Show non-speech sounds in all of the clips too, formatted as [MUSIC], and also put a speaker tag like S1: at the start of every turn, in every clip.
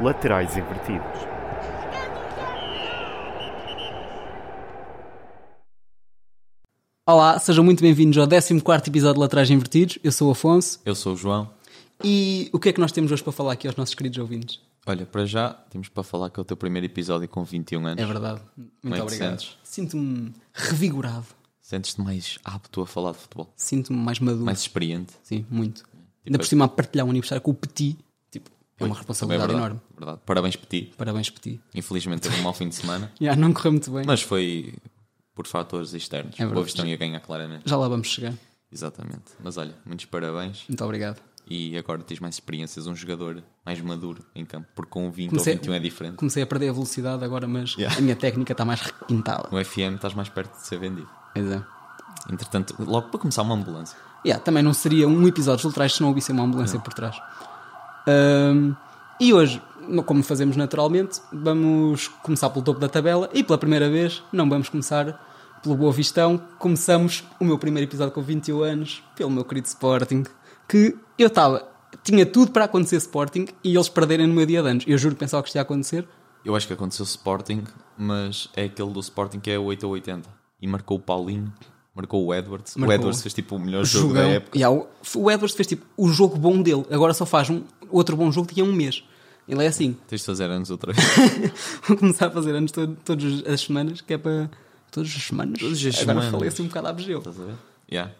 S1: laterais invertidos.
S2: Olá, sejam muito bem-vindos ao 14º episódio de Laterais Invertidos. Eu sou o Afonso.
S3: Eu sou o João.
S2: E o que é que nós temos hoje para falar aqui aos nossos queridos ouvintes?
S3: Olha, para já temos para falar que é o teu primeiro episódio com 21 anos.
S2: É verdade. Muito,
S3: Como é que te
S2: obrigado.
S3: sentes?
S2: Sinto-me revigorado.
S3: Sentes-te mais apto a falar de futebol,
S2: Sinto-me mais maduro.
S3: mais experiente.
S2: Sim, muito. Ainda por cima a partilhar um aniversário com o Petit. Tipo, é uma
S3: Oi, também é
S2: responsabilidade
S3: verdade,
S2: enorme.
S3: verdade. Parabéns, Petit.
S2: Parabéns, Petit.
S3: Infelizmente teve um mau fim de semana,
S2: Já, não correu muito bem.
S3: mas foi por fatores
S2: É
S3: externos. o
S2: verdade.
S3: Boa estão a ganhar claramente.
S2: Já lá vamos chegar.
S3: Exatamente. Mas olha, muitos parabéns.
S2: Muito obrigado.
S3: E agora tens mais experiências, um jogador mais maduro em campo, porque com 20
S2: Comecei-
S3: ou 21 é diferente.
S2: Comecei a perder a velocidade agora, mas
S3: Yeah.
S2: a minha técnica está mais requintada.
S3: No FM estás mais perto de ser vendido.
S2: Pois é.
S3: Entretanto, logo para começar uma ambulância.
S2: Yeah, também não seria um episódio de ultrais se não houvesse uma ambulância por trás. Ahm, e hoje, no- como fazemos naturalmente, vamos começar pelo topo da tabela e pela primeira vez não vamos começar pelo Boa Vistão. Começamos o meu primeiro episódio com 21 anos, pelo meu querido Sporting, que eu estava, tinha tudo para acontecer Sporting e eles perderem no meu dia de anos. Eu juro que pensava que isto ia acontecer.
S3: Eu acho que aconteceu Sporting, mas é aquele do Sporting que é 8 a 80. E marcou o Paulinho, marcou o Edwards.
S2: Marcou
S3: O Edwards fez tipo o melhor jogo da
S2: Jogão.
S3: época.
S2: Yeah, o, o Edwards fez tipo o jogo bom dele, agora só faz um outro bom jogo daqui a um mês. Ele é assim.
S3: Tens de fazer anos outra vez.
S2: [LAUGHS] Vou começar a fazer anos todo- todas as semanas, que é para. Todas as semanas?
S3: Todas as
S2: Agora
S3: semanas.
S2: falei assim um bocado à bugeu.
S3: Estás a ver? Yeah.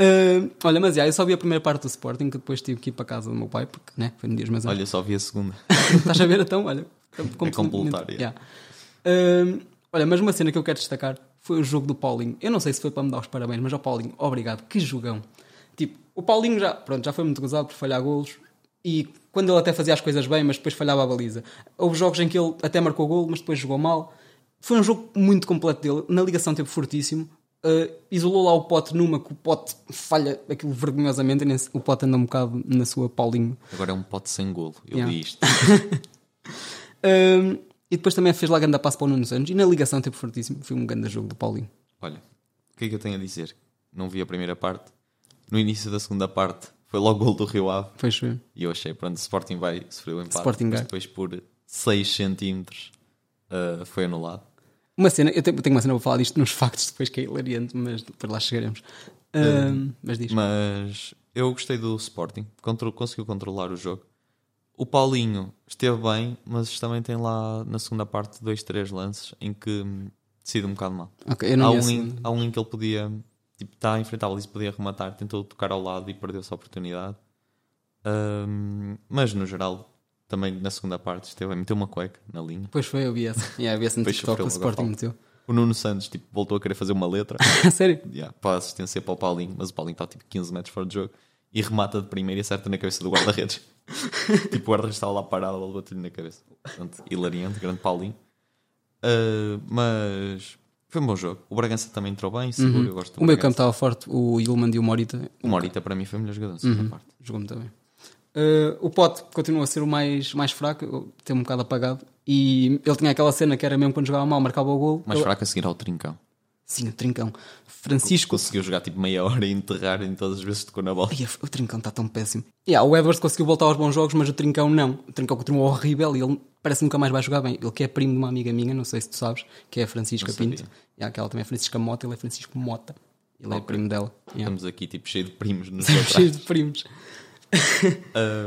S2: Ah, olha, mas já, eu só vi a primeira parte do Sporting, que depois tive que ir para casa do meu pai, porque né, foi no dias mais
S3: Olha, só vi a segunda.
S2: [LAUGHS] Estás a ver então? Olha, completamente-
S3: complementar, é.
S2: Yeah. Hum, olha, mas uma cena que eu quero destacar foi o jogo do Paulinho. Eu não sei se foi para me dar os parabéns, mas ao Paulinho, obrigado, que jogão. Tipo, o Paulinho já, pronto, já foi muito gozado por falhar golos e quando ele até fazia as coisas bem, mas depois falhava a baliza. Houve jogos em que ele até marcou golo, mas depois jogou mal. Foi um jogo muito completo dele, na ligação teve fortíssimo. Uh, isolou lá o pote numa que o pote falha aquilo vergonhosamente. e nem se- O pote anda um bocado na sua Paulinho.
S3: Agora é um pote sem golo. Eu
S2: Yeah.
S3: li isto.
S2: Hum, e depois também fez lá grande passo para o Nuno Santos. E na ligação teve fortíssimo. Foi um grande jogo do Paulinho.
S3: Olha, o que é que eu tenho a dizer? Não vi a primeira parte. No início da segunda parte foi logo o gol do Rio Ave.
S2: Foi chover.
S3: E eu achei, pronto, Sporting vai sofrer o empate.
S2: Sporting
S3: mas
S2: vai.
S3: depois por 6 centímetros ah, foi anulado.
S2: Uma cena, eu tenho, tenho uma cena para falar disto nos factos depois que é hilariante, mas depois lá chegaremos. Hum, mas diz.
S3: Mas eu gostei do Sporting, Contro- conseguiu controlar o jogo. O Paulinho esteve bem, mas também tem lá na segunda parte dois, três lances em que hum, decide um bocado mal.
S2: Ok, eu
S3: Há
S2: não vi
S3: um,
S2: essa-
S3: em, há um em que ele podia, tipo, está infrentável e se podia rematar, tentou tocar ao lado e perdeu essa oportunidade. Hum, mas no geral, também na segunda parte esteve bem, meteu uma cueca na linha.
S2: Pois foi, eu vi
S3: [LAUGHS]
S2: essa. Yeah, eu vi essa no
S3: Depois
S2: TikTok,
S3: sofreu
S2: o
S3: logo a
S2: Sporting
S3: falta.
S2: meteu. [LAUGHS]
S3: O Nuno Santos tipo, voltou a querer fazer uma letra.
S2: A sério?
S3: yeah, para a assistência para o Paulinho, mas o Paulinho está tipo 15 metros fora do jogo e remata de primeira e acerta na cabeça
S2: [LAUGHS]
S3: do guarda-redes. tipo, o guarda-redes estava lá parado, ele bateu-lhe na cabeça. Portanto, hilariante, grande Paulinho. Ah, mas foi um bom jogo. O Bragança também entrou bem, seguro. Eu gosto do
S2: Uhum. O meu campo tá- estava
S3: Bragança.
S2: forte, o Ilman e o Morita.
S3: O Morita para mim foi o melhor jogador na segunda
S2: Uhum.
S3: parte.
S2: Jogou-me também. Uh, o Pote continua a ser o mais, mais fraco, tem um bocado apagado. E ele tinha aquela cena que era mesmo quando jogava mal, marcava o gol.
S3: Mais fraco a seguir ao Trincão.
S2: Sim, o trincão. Francisco
S3: Conseguiu jogar tipo meia hora e enterrar em todas as vezes que tocou
S2: [LAUGHS]
S3: na bola.
S2: Ai, é o Trincão está tão péssimo. Yeah, o Edwards conseguiu voltar aos bons jogos, mas o Trincão não. O Trincão continua horrível e ele parece que nunca mais vai jogar bem. Ele que é primo de uma amiga minha, não sei se tu sabes, que é a Francisca
S3: Não sabia.
S2: Pinto. Yeah, que ela também é Francisca Mota, ele é Francisco Mota. Ele é primo dela. Yeah.
S3: Estamos aqui tipo cheio de primos nos
S2: [LAUGHS] Cheio de primos. [LAUGHS] Mas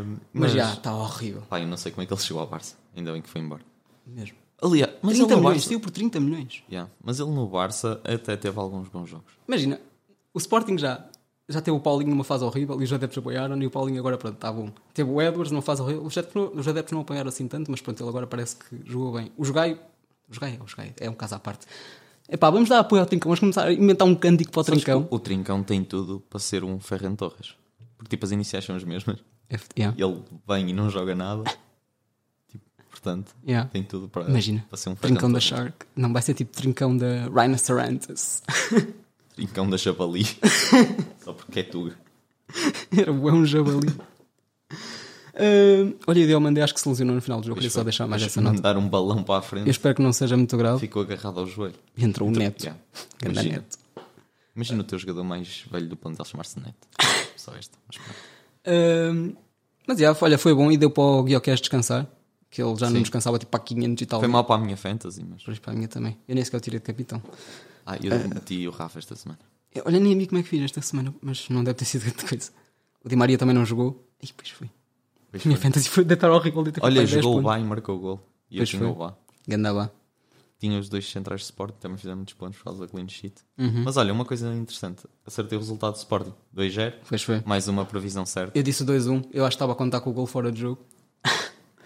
S3: Hum, mas
S2: já, está horrível.
S3: Pá, eu não sei como é que ele chegou ao Barça. Ainda bem que foi embora.
S2: Mesmo.
S3: Aliás,
S2: 30
S3: mas ele no
S2: milhões,
S3: Barça
S2: saiu por 30 milhões.
S3: Yeah, Mas ele no Barça até teve alguns bons jogos.
S2: Imagina, o Sporting já, já teve o Paulinho numa fase horrível e os adeptos apoiaram e o Paulinho agora, pronto, está bom. Teve o Edwards numa fase horrível, os adeptos, não- os adeptos não apoiaram assim tanto, mas pronto, ele agora parece que jogou bem. O Jogaio, o Jogaio, o Jogaio, é um caso à parte. Epá, vamos dar apoio ao Trincão, vamos começar a inventar um cântico para o Trincão.
S3: O Trincão tem tudo para ser um Ferran Torres. Porque tipo as iniciais são as mesmas.
S2: É F- yeah,
S3: Ele vem e não joga nada. Tipo, portanto,
S2: yeah.
S3: tem tudo para,
S2: Imagina,
S3: para ser um Ferran
S2: Trincão da
S3: Torres.
S2: Shark, não vai ser tipo Trincão da Rhinocerantus.
S3: Trincão da Javali. [LAUGHS] Só porque é tu.
S2: [LAUGHS] Era bué um
S3: [LAUGHS]
S2: javali. Ah, olha, eu mandei, acho que se lesionou no final do jogo, queria só deixar mais essa nota.
S3: Mandar um balão para a
S2: Eu
S3: frente.
S2: espero que não seja muito grave.
S3: Ficou agarrado ao joelho.
S2: Entrou o Neto.
S3: Yeah.
S2: Ganda
S3: Imagina,
S2: Neto. [LAUGHS]
S3: imagina o teu jogador mais velho do plantel chamar-se Neto. Só esta. mas pronto.
S2: Hum, Mas já, olha, foi bom e deu para o Guioquest descansar, que ele já não
S3: Sim.
S2: descansava tipo há 500 e tal.
S3: Foi mal para a minha fantasy, mas.
S2: Pois para a minha também. Eu nem sequer o tirei de capitão.
S3: Ah,
S2: Eh,
S3: eu meti o Rafa esta semana.
S2: Eu, olha, nem vi como é que fiz esta semana, mas não deve ter sido grande coisa. O Di Maria também não jogou. E pois foi.
S3: Pois
S2: a minha
S3: foi.
S2: fantasy foi deitar ao Rigol e ter
S3: Tipo, Olha,
S2: capaz de 10
S3: jogou o
S2: pontos.
S3: Bá e marcou o gol. E eu
S2: Pois
S3: tinha
S2: foi.
S3: o Bá.
S2: Ganda lá.
S3: Tinha os dois centrais de Sporting, também fizemos muitos pontos por causa da clean sheet.
S2: Uhum.
S3: Mas olha, uma coisa interessante: acertei o resultado do Sporting 2-0,
S2: Pois foi.
S3: mais uma previsão certa.
S2: Eu disse o 2-1, eu acho que estava a contar com o gol fora de jogo.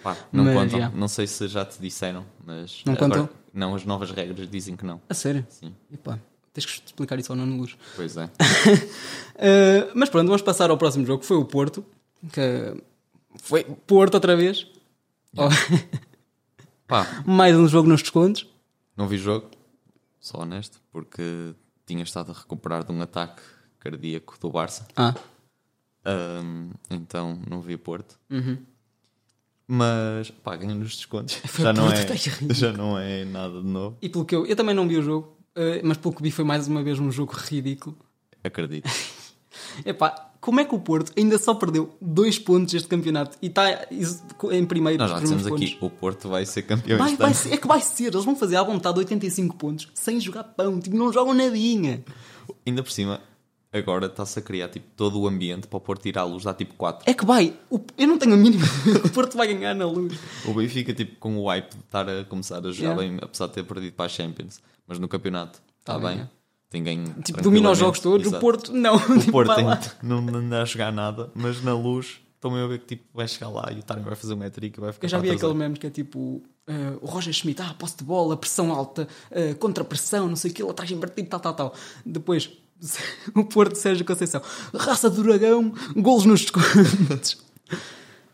S3: Pá, não
S2: Mas,
S3: contam.
S2: já.
S3: Não sei se já te disseram, mas.
S2: Não
S3: agora-
S2: contam?
S3: Não, as novas regras dizem que não.
S2: A sério?
S3: Sim,
S2: Epá, tens que explicar isso ao Nuno Luz. [LAUGHS]
S3: pois é.
S2: Uh, mas pronto, vamos passar ao próximo jogo, que foi o Porto. Que foi Porto outra vez.
S3: Pá,
S2: Oh, [LAUGHS] mais um jogo nos descontos.
S3: não vi jogo, sou honesto, porque tinha estado a recuperar de um ataque cardíaco do Barça.
S2: Ah,
S3: Ahm, então não vi Porto.
S2: Uhum.
S3: Mas pá, ganho nos
S2: [LAUGHS]
S3: descontos. Já não,
S2: Porto,
S3: [LAUGHS] é,
S2: estás a rir.
S3: já não é nada de novo.
S2: e pelo que eu. Eu também não vi o jogo, uh, mas pelo que vi foi mais uma vez um jogo ridículo. [LAUGHS]
S3: Acredito.
S2: Epá, como é que o Porto ainda só perdeu dois pontos este campeonato e está em primeiro
S3: Nós já
S2: dos primeiros
S3: dissemos aqui: um o Porto vai ser campeão
S2: Vai,
S3: este
S2: vai
S3: ano.
S2: ser- é que vai ser, eles vão fazer à vontade 85 pontos sem jogar pão, tipo, não jogam nadinha.
S3: Ainda por cima, agora está-se a criar tipo, todo o ambiente para o Porto ir à luz, dá tipo 4.
S2: [LAUGHS] É que vai, o- eu não tenho a mínima. [LAUGHS] o Porto vai ganhar na luz.
S3: O Benfica tipo, com o hype de estar a começar a jogar
S2: Yeah.
S3: bem, apesar de ter perdido para a Champions. Mas no campeonato está
S2: Tá bem,
S3: bem.
S2: é.
S3: Tem ganho.
S2: Tipo, domina os
S3: tranquilamente.
S2: jogos todos,
S3: Exato.
S2: o Porto não. [LAUGHS]
S3: O
S2: tipo,
S3: Porto
S2: vai
S3: tem-
S2: lá.
S3: não anda a jogar nada, mas na luz estão a ver que tipo, vai chegar lá e o Taremi vai fazer um hat-trick e vai ficar
S2: Eu já
S3: para
S2: vi aquele
S3: atrasar.
S2: meme que é tipo eh, o Roger Schmidt, ah, posse de bola, pressão alta, eh, contra-pressão, não sei o que, atrás invertido, tal, tal, tal. Depois [LAUGHS] o Porto de Sérgio Conceição, raça do dragão, golos nos [LAUGHS] descontos.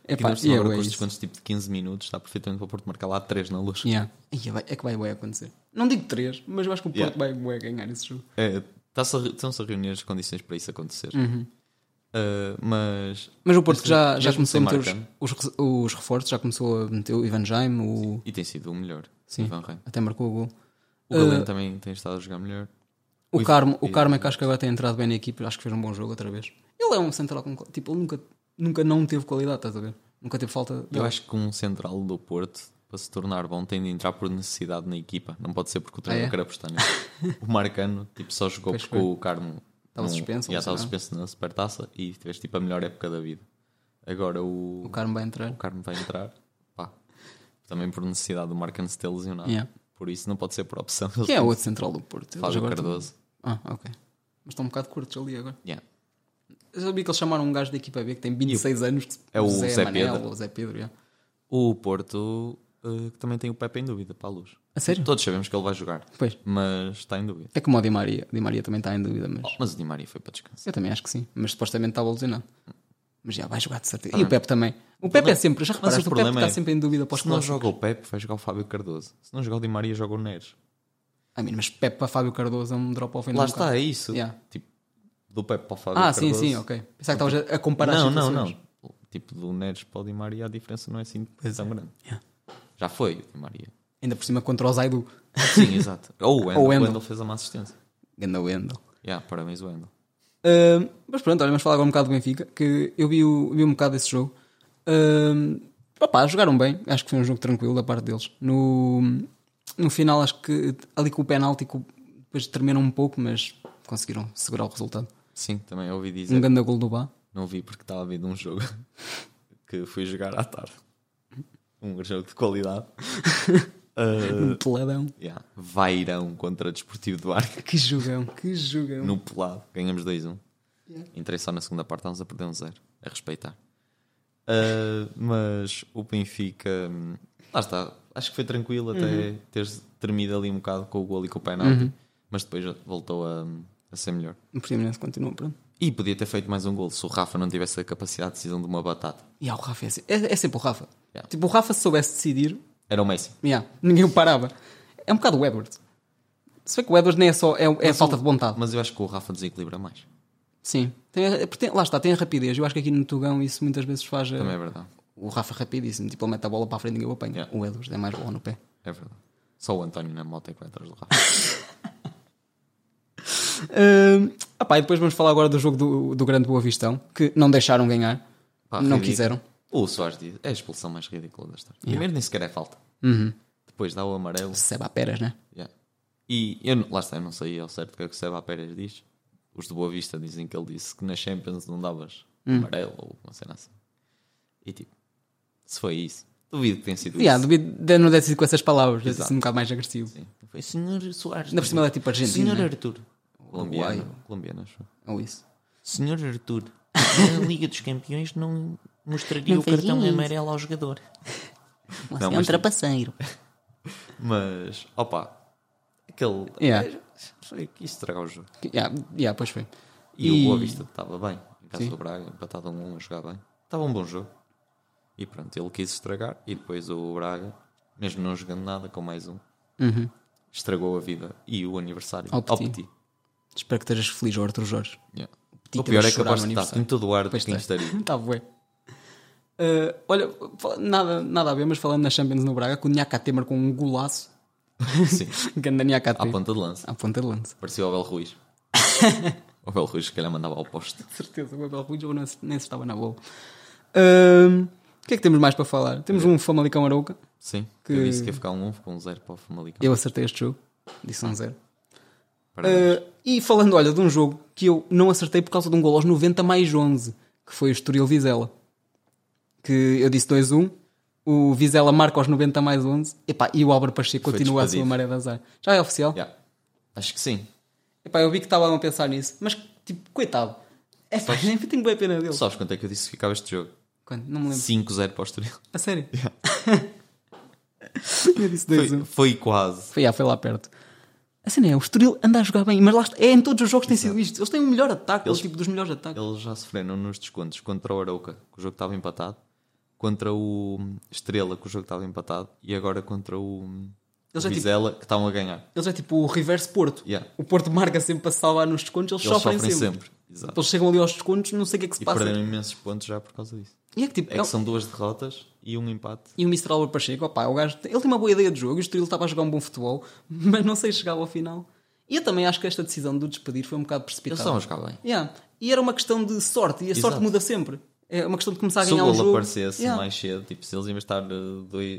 S3: E
S2: Epá,
S3: ainda por cima
S2: e é
S3: agora
S2: bué
S3: com os
S2: isso.
S3: descontos tipo de 15 minutos, está perfeitamente para o Porto marcar lá 3 na luz.
S2: Yeah. Ih, vai- É que vai bué acontecer. Não digo três, mas eu acho que o Porto
S3: Yeah.
S2: vai bué ganhar esse jogo.
S3: É, tá-se a re- Estão-se a reunir as condições para isso acontecer.
S2: Uhum.
S3: Uh, mas.
S2: Mas o Porto
S3: Mesmo-
S2: já, já
S3: mesmo
S2: começou a
S3: sem
S2: meter
S3: marca,
S2: os, os, os reforços, já começou a meter o Ivan Jaime, o,
S3: E tem sido o melhor.
S2: Sim. Ah,
S3: Ivan Reim.
S2: até marcou o gol.
S3: O Galeno também tem estado a jogar melhor.
S2: O
S3: Ivan-
S2: Carmo, o
S3: e-
S2: Carmo é que acho que agora tem entrado bem na equipe, acho que fez um bom jogo outra vez. Ele é um central com qual- tipo, ele nunca, nunca não teve qualidade, estás a ver? Nunca teve falta. de-
S3: Eu acho que um central do Porto, para se tornar bom, tem de entrar por necessidade na equipa. Não pode ser porque o treinador
S2: Ah, é?
S3: quer apostar nisso. o Marcano tipo, só jogou
S2: Pois
S3: porque
S2: foi.
S3: o Carmo
S2: Estava
S3: não-
S2: suspenso,
S3: já
S2: ou
S3: estava
S2: sei lá.
S3: suspenso na supertaça e tiveste tipo, a melhor época da vida. Agora o,
S2: O Carmo vai entrar.
S3: o Carmo vai entrar. Pá. Também por necessidade do Marcano se ter lesionado.
S2: Yeah.
S3: Por isso não pode ser por opção.
S2: Quem é o outro central do Porto? Eles
S3: [LAUGHS] Fábio
S2: agora estão-
S3: Cardoso.
S2: Ah, ok. Mas estão um bocado curtos ali agora.
S3: Yeah.
S2: Eu sabia que eles chamaram um gajo da equipa B que tem 26 anos. que-
S3: É o Zé Pedro.
S2: ou o Zé Pedro, yeah.
S3: O Porto, eh, que também tem o Pepe em dúvida para a luz.
S2: A sério?
S3: Todos sabemos que ele vai jogar,
S2: Pois.
S3: mas está em dúvida.
S2: É como o Di Maria. O Di Maria também está em dúvida, mas.
S3: Mas o Di Maria foi para descanso.
S2: Eu também acho que sim, mas supostamente estava lesionado. Mas já vai jogar de certeza. E o Pepe também. O Pepe é sempre, já reparaste,
S3: o
S2: o, Pepe
S3: problema
S2: está
S3: é,
S2: sempre em dúvida para os
S3: Se não
S2: clássicos.
S3: joga o Pepe, vai jogar o Fábio Cardoso. Se não jogar o Di Maria, joga o Neres.
S2: Ah, mano, mas Pepe para Fábio Cardoso é um drop-off ainda
S3: Lá
S2: um bocado.
S3: está, é isso.
S2: Yeah.
S3: Tipo, do Pepe para o Fábio
S2: Ah, sim,
S3: Cardoso.
S2: sim, ok. Pensava que estavas a- a comparar
S3: Não,
S2: as
S3: não,
S2: situações.
S3: não. Tipo, do Neres para o Di Maria, a diferença não é assim tão grande. Já foi o Di Maria.
S2: Ainda por cima contra o Zaidu.
S3: Sim, [LAUGHS] exato. Ou o Wendel.
S2: Ou o
S3: O
S2: Wendel.
S3: Wendel fez a má assistência.
S2: Ganda Wendel.
S3: Yeah, parabéns, Wendel.
S2: Ahm, mas pronto, olha, vamos falar agora um bocado do Benfica, que eu vi, o- vi um bocado desse jogo. Ahm, opá, jogaram bem, acho que foi um jogo tranquilo da parte deles. No, no final, acho que ali com o penalti, com- depois tremeram um pouco, mas conseguiram segurar o resultado.
S3: Sim, também ouvi dizer.
S2: Um grande gol do Bá.
S3: Não vi porque estava a ver de um jogo [LAUGHS] que fui jogar à tarde. Um jogo de qualidade. Uh,
S2: Um peladão.
S3: yeah. Vairão contra Desportivo do Arco
S2: Que jogão, que jogão.
S3: no pelado. Ganhamos 2-1. Entrei só na segunda parte, estávamos a perder um zero. A respeitar. Uh, mas o Benfica. hum, Lá está. Acho que foi tranquilo até ter tremido ali um bocado com o gol e com o penalti. Mas depois voltou a, a ser melhor.
S2: O Portimonense Um continua, pronto.
S3: E podia ter feito mais um gol se o Rafa não tivesse a capacidade de decisão de uma batata.
S2: E há o Rafa, é, se- é- é sempre o Rafa.
S3: Yeah.
S2: Tipo, o Rafa se soubesse decidir,
S3: Era o Messi.
S2: yeah, ninguém o parava. É um bocado o Edwards. Se bem que o Edwards nem é só, é, é falta de vontade.
S3: Mas eu acho que o Rafa desequilibra mais.
S2: Sim. Tem a- porque tem- lá está, tem a rapidez. Eu acho que aqui no Tugão isso muitas vezes faz. eh,
S3: Também é verdade.
S2: O Rafa é rapidíssimo, tipo, ele mete a bola para a frente e ninguém o apanha.
S3: Yeah.
S2: O Edwards é mais bola no pé.
S3: É verdade. Só o António na moto é que vai atrás do Rafa.
S2: Ahm, ah pá, e depois vamos falar agora do jogo do, do Grande Boa Vistão, que não deixaram ganhar.
S3: Pá,
S2: não
S3: ridículo.
S2: quiseram.
S3: O Soares Dias é a expulsão mais ridícula da história. Primeiro nem sequer é falta.
S2: Uhum.
S3: Depois dá o amarelo.
S2: Seba Peras, né?
S3: Yeah. E eu, não- lá está, eu não sei ao certo o que é que o Seba Pérez diz. Os do Boa Vista dizem que ele disse que na Champions não davas
S2: Hum.
S3: amarelo ou uma cena assim. E tipo, se foi isso, duvido que tenha sido
S2: Yeah,
S3: isso.
S2: devido- não deve ter sido com essas palavras, deve ter
S3: Exato.
S2: sido um bocado mais agressivo.
S3: Sim. Foi Senhor Soares.
S2: Ainda por cima ele é tipo argentino,
S3: Senhor
S2: né?
S3: Artur. Colombiano.
S2: Uruguaio.
S3: Colombiano, acho.
S2: Ou isso.
S3: Senhor
S2: [LAUGHS]
S3: Artur, na Liga dos Campeões não mostraria
S1: Não o fazia cartão isso.
S3: amarelo ao jogador.
S1: Você
S3: Não,
S1: é um
S3: mas-
S1: trapaceiro.
S3: Mas, opa, aquele. É,
S2: Yeah.
S3: Foi que isso estragar o jogo.
S2: Yeah, yeah, pois foi.
S3: E,
S2: E-
S3: o Boa Vista estava bem. Em casa
S2: Sim.
S3: do Braga, empatado a um, a jogar bem. Estava um bom jogo. E pronto, ele quis estragar. E depois o Braga, mesmo não jogando nada, com mais um, estragou a vida e o aniversário
S2: Uhum. Ao
S3: ao
S2: Petit.
S3: Petit.
S2: Espero que estejas feliz, ó Arthur Jorge.
S3: Yeah.
S2: Petit
S3: O pior
S2: deve
S3: é que
S2: chorar
S3: aposto
S2: no
S3: que está
S2: aniversário.
S3: em todo o ar de
S2: Pois
S3: quem
S2: está.
S3: estaria.
S2: [LAUGHS] Está Tá bué. Eh, olha, fal- nada, nada a ver, mas falando na Champions no Braga, com o Niakate marcou um golaço.
S3: [LAUGHS]
S2: [LAUGHS]
S3: Sim,
S2: Ganda Niakate.
S3: à ponta de lança.
S2: À ponta de lança.
S3: Parecia o
S2: [LAUGHS]
S3: Abel Ruiz. o Abel Ruiz, se calhar, mandava ao poste.
S2: De certeza, o Abel Ruiz ou nem, se- nem se estava na bola. Ahm, o que é que temos mais para falar? Temos um Famalicão Arauca.
S3: Sim,
S2: Que-
S3: eu disse que ia ficar um 1, ficou um 0 para o Famalicão.
S2: Eu acertei este jogo. Disse um zero.
S3: Parabéns.
S2: Ah, e falando, olha, de um jogo que eu não acertei por causa de um gol aos 90 mais 11, que foi o Estoril Vizela. Que eu disse 2-1, o Vizela marca aos 90 mais 11, epá, e o Álvaro Pacheco
S3: Foi
S2: continua a sua
S3: despedido.
S2: maré de azar. Já é oficial?
S3: Yeah. Acho que sim.
S2: Epá, eu vi que estavam a pensar nisso, mas tipo, coitado. É pá, nem [LAUGHS] tenho bem pena dele.
S3: Sabes quanto é que eu disse que ficava este jogo?
S2: Quando? Não me lembro.
S3: 5-0 para o Estoril.
S2: A sério? [LAUGHS] eu disse 2-1.
S3: Foi, foi quase.
S2: Foi, ah, foi lá perto. A cena é, o Estoril anda a jogar bem, mas lá está- é em todos os jogos tem sido isto. Eles têm o melhor ataque, eles,
S3: Eles-
S2: tipo dos melhores ataques.
S3: Eles já sofreram nos descontos contra o Arauca, que o jogo estava empatado, contra o Estrela, que o jogo estava empatado, e agora contra o
S2: Eles
S3: o
S2: é tipo-
S3: Vizela, que estavam a ganhar.
S2: Eles é tipo o reverse Porto.
S3: Yeah.
S2: O Porto marca sempre para salvar nos descontos, eles,
S3: Eles
S2: sofrem,
S3: sofrem,
S2: sempre.
S3: sempre. Exato.
S2: Eles chegam ali aos descontos, não sei o que é que se
S3: E
S2: passa.
S3: perderam imensos pontos já por causa disso.
S2: E é que tipo.
S3: É
S2: é-
S3: que são duas derrotas e um empate.
S2: E o Mr. Álvaro Pacheco, opá, o gajo, ele tem uma boa ideia de jogo, e o Estoril estava a jogar um bom futebol, [LAUGHS] mas não sei se chegava ao final. E eu também acho que esta decisão de o despedir foi um bocado
S3: Eles
S2: precipitada.
S3: estavam a jogar bem.
S2: Yeah. E era uma questão de sorte, e a sorte
S3: Exato.
S2: muda sempre. É uma questão de começar a
S3: Se o
S2: ganhar um
S3: gol
S2: jogo.
S3: aparecesse
S2: Yeah.
S3: mais cedo, tipo, se eles em vez de estar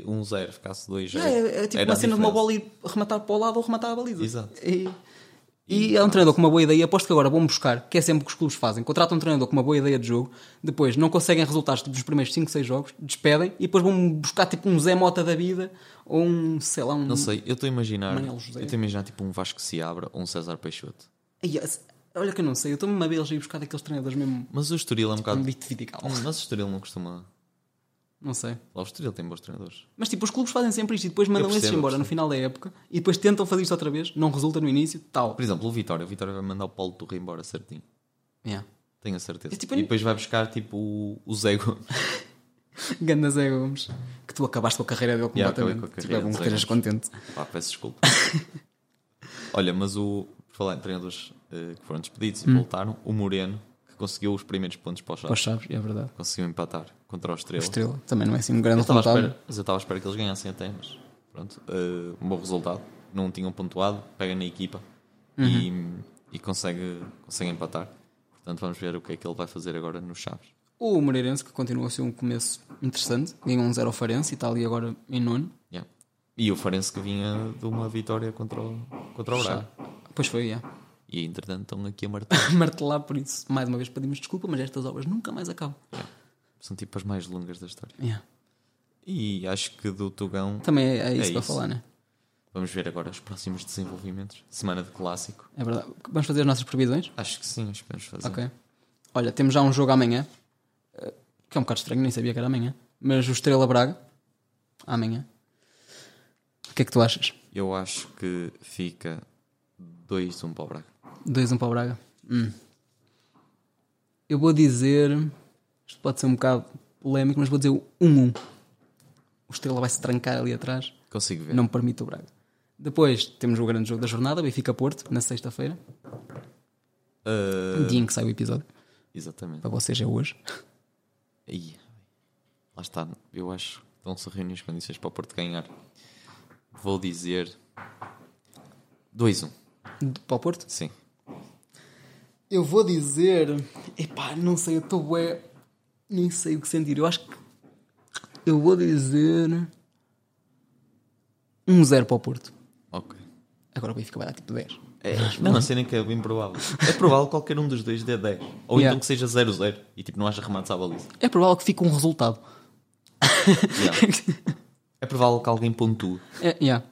S3: 1-0, ficasse 2-0.
S2: Yeah, é, é tipo
S3: era
S2: uma
S3: a
S2: cena de uma
S3: diferença.
S2: bola e rematar para o lado ou rematar a baliza.
S3: Exato.
S2: E, e é um treinador com uma boa ideia. e Aposto que agora vão buscar, que é sempre o que os clubes fazem. Contratam um treinador com uma boa ideia de jogo, depois não conseguem resultados tipo, dos primeiros 5, 6 jogos, despedem e depois vão buscar tipo um Zé Mota da vida ou um, sei lá, um.
S3: Não sei, eu estou a imaginar.
S2: Manuel
S3: Eu
S2: José.
S3: estou a imaginar tipo um Vasco Seabra ou um César Peixoto.
S2: Ai, yes. Olha que eu não sei, eu estou-me a ver eles ir buscar daqueles treinadores mesmo.
S3: Mas o Estoril é um
S2: Um
S3: bocado.
S2: bit vertical.
S3: Mas o Estoril não costuma.
S2: Não sei.
S3: Lá o Estoril tem bons treinadores.
S2: Mas tipo, os clubes fazem sempre isto e depois mandam
S3: Eu percebo,
S2: esses embora
S3: eu
S2: no final da época e depois tentam fazer isto outra vez, não resulta no início, tal.
S3: Por exemplo, o Vitória. O Vitória vai mandar o Paulo Torre embora certinho.
S2: Yeah.
S3: Tenho a certeza.
S2: É tipo-
S3: E depois vai buscar tipo o, o Zé
S2: [LAUGHS]
S3: Gomes.
S2: Ganda Zé Gomes, que tu acabaste com a carreira dele
S3: Yeah,
S2: completamente.
S3: acabei com a
S2: Tipo, é
S3: carreira
S2: bom
S3: de
S2: que
S3: Zé
S2: estejas contente.
S3: Pá, peço desculpa. Olha, mas o. Por falar em treinadores eh, que foram despedidos
S2: Hum.
S3: e voltaram, o Moreno, que conseguiu os primeiros pontos para o Chaves,
S2: Pois sabes, é verdade.
S3: conseguiu empatar contra o Estrela.
S2: Estrela também não é assim um grande
S3: Eu estava à
S2: resultado.
S3: espera, mas eu estava à espera que eles ganhassem até, mas pronto, eh, um bom resultado. Não tinham pontuado, pega na equipa
S2: Uhum.
S3: e, e consegue, consegue empatar. Portanto, vamos ver o que é que ele vai fazer agora no Chaves.
S2: O Moreirense, que continua a ser um começo interessante, ganhou um zero ao Farense e está ali agora em nono.
S3: Yeah. E o Farense que vinha de uma vitória contra o, contra o Braga.
S2: Pois foi, yeah. [LAUGHS]
S3: E entretanto estão aqui a martelar.
S2: martelar por isso. Mais uma vez pedimos desculpa, mas estas obras nunca mais acabam.
S3: Yeah. São tipo as mais longas da história.
S2: Yeah.
S3: E acho que do Tugão
S2: Também é, é isso
S3: É
S2: para
S3: isso.
S2: falar, né?
S3: vamos ver agora os próximos desenvolvimentos. Semana de clássico.
S2: É verdade. Vamos fazer as nossas previsões?
S3: Acho que sim, acho que vamos fazer.
S2: Ok. Olha, temos já um jogo amanhã, eh, que é um bocado estranho, nem sabia que era amanhã, mas o Estrela Braga, amanhã. O que é que tu achas?
S3: Eu acho que fica 2-1 para o Braga.
S2: 2-1 para o Braga. Hum. Eu vou dizer. Isto pode ser um bocado polémico, mas vou dizer o 1-1. O Estrela vai se trancar ali atrás.
S3: Consigo ver.
S2: Não permite o Braga. Depois temos o grande jogo da jornada, Benfica Porto, na sexta-feira.
S3: Ah,
S2: Dia em que sai o episódio.
S3: exatamente.
S2: Para vocês é hoje. [LAUGHS]
S3: Aí. Lá está. Eu acho que estão-se a reunir as condições para o Porto ganhar. Vou dizer 2-1.
S2: De- Para o Porto.
S3: Sim.
S2: Eu vou dizer. Epá, não sei, eu estou bué. Nem sei o que sentir. Eu acho que Eu vou dizer. Um zero para o Porto.
S3: Ok.
S2: Agora o Benfica vai dar tipo 10.
S3: É, não, não sei nem que é bem provável. É provável que qualquer um dos dois dê 10. Ou
S2: Yeah.
S3: então que seja 0-0 e tipo não haja remates à baliza.
S2: É provável que fique um resultado.
S3: [LAUGHS] Yeah. É provável que alguém pontue.
S2: É, yeah.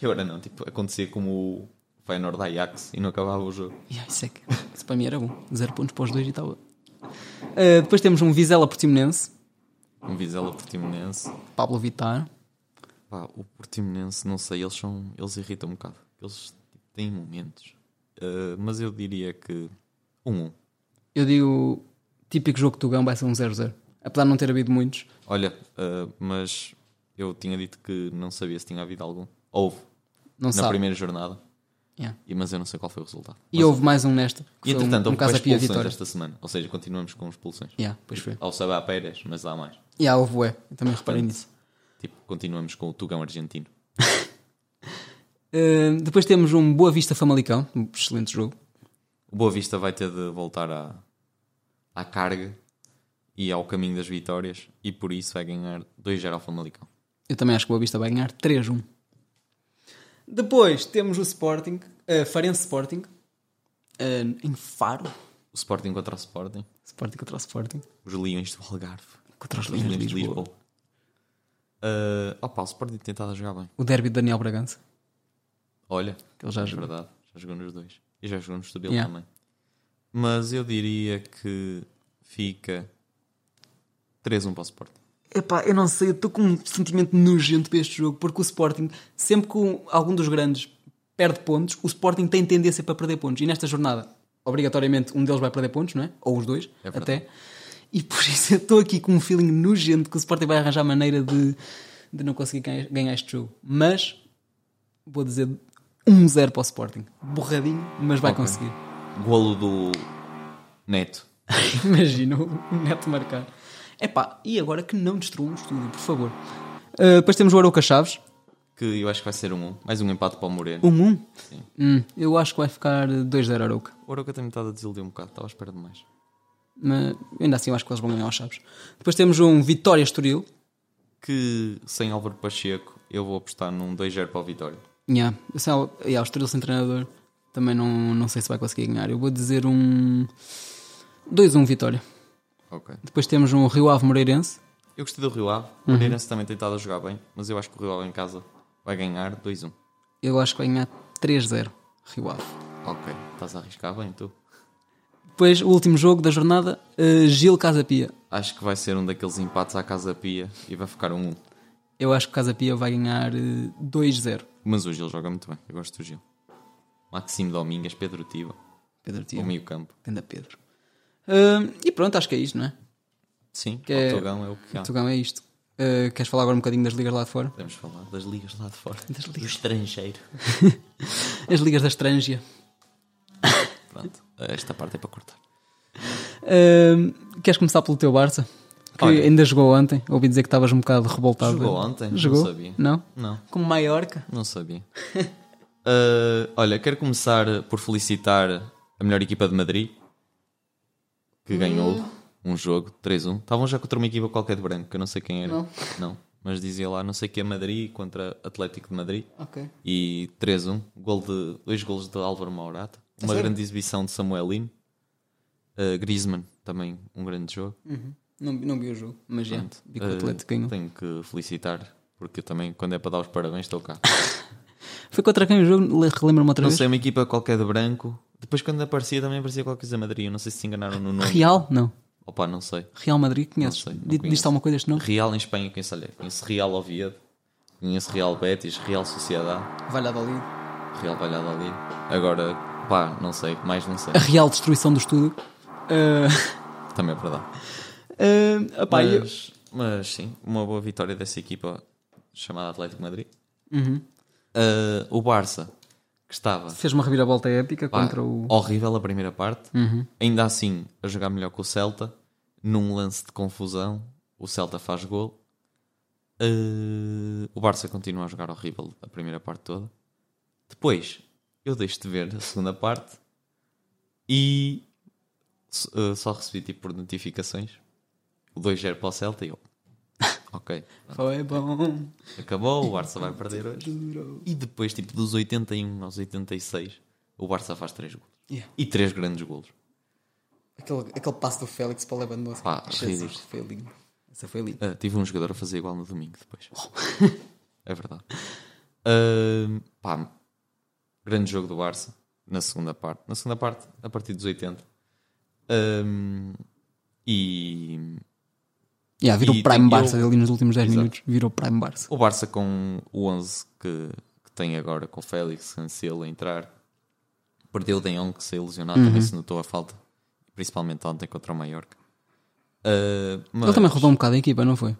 S3: E agora não, tipo, acontecia como o Feyenoord Ajax e não acabava o jogo.
S2: Yeah, isso, é que, isso para mim era bom. Zero pontos para os dois e tal. Ah, depois temos um Vizela Portimonense.
S3: Um Vizela Portimonense.
S2: Pablo Vittar.
S3: Pá, o Portimonense, não sei, eles são. Eles irritam um bocado. Eles tipo, têm momentos. Ah, mas eu diria que. 1-1. Um, um.
S2: Eu digo, típico jogo do Tugão vai ser um 0-0. Apesar de não ter havido muitos.
S3: Olha, ah, mas eu tinha dito que não sabia se tinha havido algum. Houve,
S2: Não
S3: na
S2: sabe.
S3: primeira jornada.
S2: Yeah.
S3: E, mas eu não sei qual foi o resultado.
S2: E houve mais um nesta. Que
S3: E
S2: foi um-
S3: entretanto,
S2: um,
S3: houve
S2: caso a
S3: mais
S2: Pia
S3: expulsões
S2: Vitória.
S3: esta semana. Ou seja, continuamos com expulsões.
S2: Yeah, pois foi.
S3: Ao Sabá Pérez, mas há mais.
S2: E yeah, houve bué. Eu também reparei nisso.
S3: Tipo, continuamos com o Tugão argentino.
S2: Uh, depois temos um Boa Vista Famalicão, um excelente jogo.
S3: O Boa Vista vai ter de voltar à, à carga e ao caminho das vitórias e por isso vai ganhar 2-0 ao Famalicão.
S2: Eu também acho que o Boa Vista vai ganhar 3-1. Depois temos o Sporting, uh, Farense Sporting, uh, em Faro.
S3: O Sporting contra o Sporting.
S2: Sporting contra o Sporting.
S3: Os Leões do Algarve.
S2: Contra os Leões de Lisboa.
S3: Ah, opa, o Sporting tem tentado jogar bem.
S2: O derby de Daniel Bragança.
S3: Olha,
S2: Que ele já
S3: é
S2: jogou.
S3: verdade. Já jogou nos dois. E já jogou no Estoril
S2: Yeah.
S3: também. Mas eu diria que fica 3-1 para o Sporting.
S2: Epá, eu não sei, eu estou com um sentimento nojento para este jogo, porque o Sporting, sempre que um- algum dos grandes perde pontos, o Sporting tem tendência para perder pontos. E nesta jornada, obrigatoriamente, um deles vai perder pontos, não é? Ou os dois,
S3: É verdade.
S2: até. E por isso [LAUGHS] eu estou aqui com um feeling nojento que o Sporting vai arranjar maneira de, de não conseguir ganhar- ganhar este jogo. Mas, vou dizer 1-0 para o Sporting. Borradinho, mas vai
S3: Ok.
S2: conseguir.
S3: Golo do Neto.
S2: [LAUGHS] Imagina o neto marcar. Epá, e agora que não destruam o estúdio, por favor. Uh, depois temos o Arouca Chaves,
S3: Que eu acho que vai ser um 1. Mais um empate para o Moreno.
S2: 1-1. Um,
S3: Sim.
S2: eu acho que vai ficar 2-0 Arouca.
S3: O Oroca tem-me estado a desiludir um bocado, estava à espera de mais.
S2: Mas ainda assim eu acho que eles vão ganhar os Chaves. Depois temos um Vitória Estoril.
S3: Que sem Álvaro Pacheco eu vou apostar num 2-0 para o Vitória.
S2: Yeah, eu sei, yeah, o Estoril sem treinador também não, não sei se vai conseguir ganhar. Eu vou dizer um 2-1 Vitória.
S3: Ok. Uhum.
S2: Depois temos um Rio Ave Moreirense.
S3: Eu gostei do Rio Ave, o Moreirense também tem estado a jogar bem, mas eu acho que o Rio Ave em casa vai ganhar 2-1.
S2: Eu acho que vai ganhar 3-0 Rio Ave.
S3: Ok, estás a arriscar bem tu.
S2: Depois o último jogo da jornada, uh, Gil Casapia.
S3: Acho que vai ser um daqueles empates à casa pia e vai ficar um 1.
S2: Eu acho que o Casa Pia vai ganhar eh, 2-0.
S3: Mas o Gil joga muito bem, eu gosto do Gil. Maxime Domingues, Pedro Tiva,
S2: Pedro
S3: o
S2: Tio.
S3: meio campo.
S2: Ganda Pedro. Hum, e pronto, acho que é isto, não é?
S3: Sim,
S2: é-
S3: o Togão é o que há.
S2: Tugão é isto. Eh, queres falar agora um bocadinho das ligas lá de fora?
S3: Podemos falar das ligas lá de fora, do estrangeiro.
S2: As ligas da Estrangia.
S3: Pronto, esta parte é para cortar.
S2: Hum, queres começar pelo teu Barça? Que
S3: Olha.
S2: ainda jogou ontem. Ouvi dizer que estavas um bocado revoltado.
S3: Jogou ontem? Não
S2: Jogou?
S3: sabia.
S2: Não?
S3: Não.
S2: Como Maiorca?
S3: Não sabia. [LAUGHS] Ah, olha, quero começar por felicitar a melhor equipa de Madrid que
S2: Hum.
S3: ganhou um jogo 3-1. Estavam já contra uma equipa qualquer de branco, que eu não sei quem era.
S2: Não.
S3: Mas dizia lá, não sei que é Madrid contra Atlético de Madrid.
S2: Ok.
S3: E 3-1, gol de, dois golos de Álvaro Maurata, uma
S2: sério?
S3: grande exibição de Samuel Lino, Ah, Griezmann também, um grande jogo.
S2: Não, não vi o jogo, mas já. Vi Hum, que o
S3: Ah,
S2: Atlético ganhou.
S3: Tenho que felicitar, porque eu também, quando é para dar os parabéns, estou cá.
S2: Foi contra quem o jogo? Le- Relembra-me outra
S3: Não
S2: vez?
S3: sei, uma equipa qualquer de branco. Depois quando aparecia também aparecia qualquer coisa de Madrid. Eu não sei se se enganaram no nome.
S2: Real? Não.
S3: Opa, não sei.
S2: Real Madrid, conheces?
S3: Não sei, não
S2: Di- Diz-te
S3: conheço.
S2: alguma coisa este nome?
S3: Real em Espanha, quem sabe? Conheço Real Oviedo. Conheço Real Betis, Real Sociedade,
S2: Valladolid.
S3: Real Valladolid. Agora, pá, não sei. Mais não sei.
S2: a real destruição do estúdio. Ah,
S3: Também é verdade. Mas, mas sim, uma boa vitória dessa equipa chamada Atlético de Madrid. Ah, o Barça, que estava
S2: fez uma reviravolta épica
S3: Pá,
S2: contra o. Uhum.
S3: Horrível a primeira parte. Ainda assim, a jogar melhor que o Celta. Num lance de confusão, o Celta faz gol. Eh, o Barça continua a jogar horrível a primeira parte toda. Depois, eu deixo de ver a segunda parte e so- eh, só recebi tipo por notificações o 2-0 para o Celta e eu. Ok. [LAUGHS] ok.
S2: Foi bom.
S3: Acabou, o Barça vai perder hoje. E depois, tipo, dos 81 aos 86, o Barça faz 3 golos.
S2: Yeah.
S3: E 3 grandes golos.
S2: Aquele, aquele passo do Félix para o Lewandowski.
S3: Pá,
S2: Jesus,
S3: ridículo.
S2: foi lindo. Essa foi linda.
S3: Ah, tive um jogador a fazer igual no domingo depois. [LAUGHS] é verdade. Ah, pá, grande jogo do Barça na segunda parte. Na segunda parte, a partir dos 80. Ah, e
S2: Yeah, virou
S3: E
S2: Prime
S3: tem-
S2: Barça
S3: eu-
S2: ali nos últimos 10
S3: Exato.
S2: minutos. Virou Prime Barça.
S3: O Barça com o 11 que, que tem agora, com Félix, Cancelo a entrar, perdeu o De Jong que saiu lesionado,
S2: Uhum.
S3: também se notou a falta, principalmente ontem contra o Mallorca. Ah, mas
S2: Ele também rodou um bocado a equipa, não foi?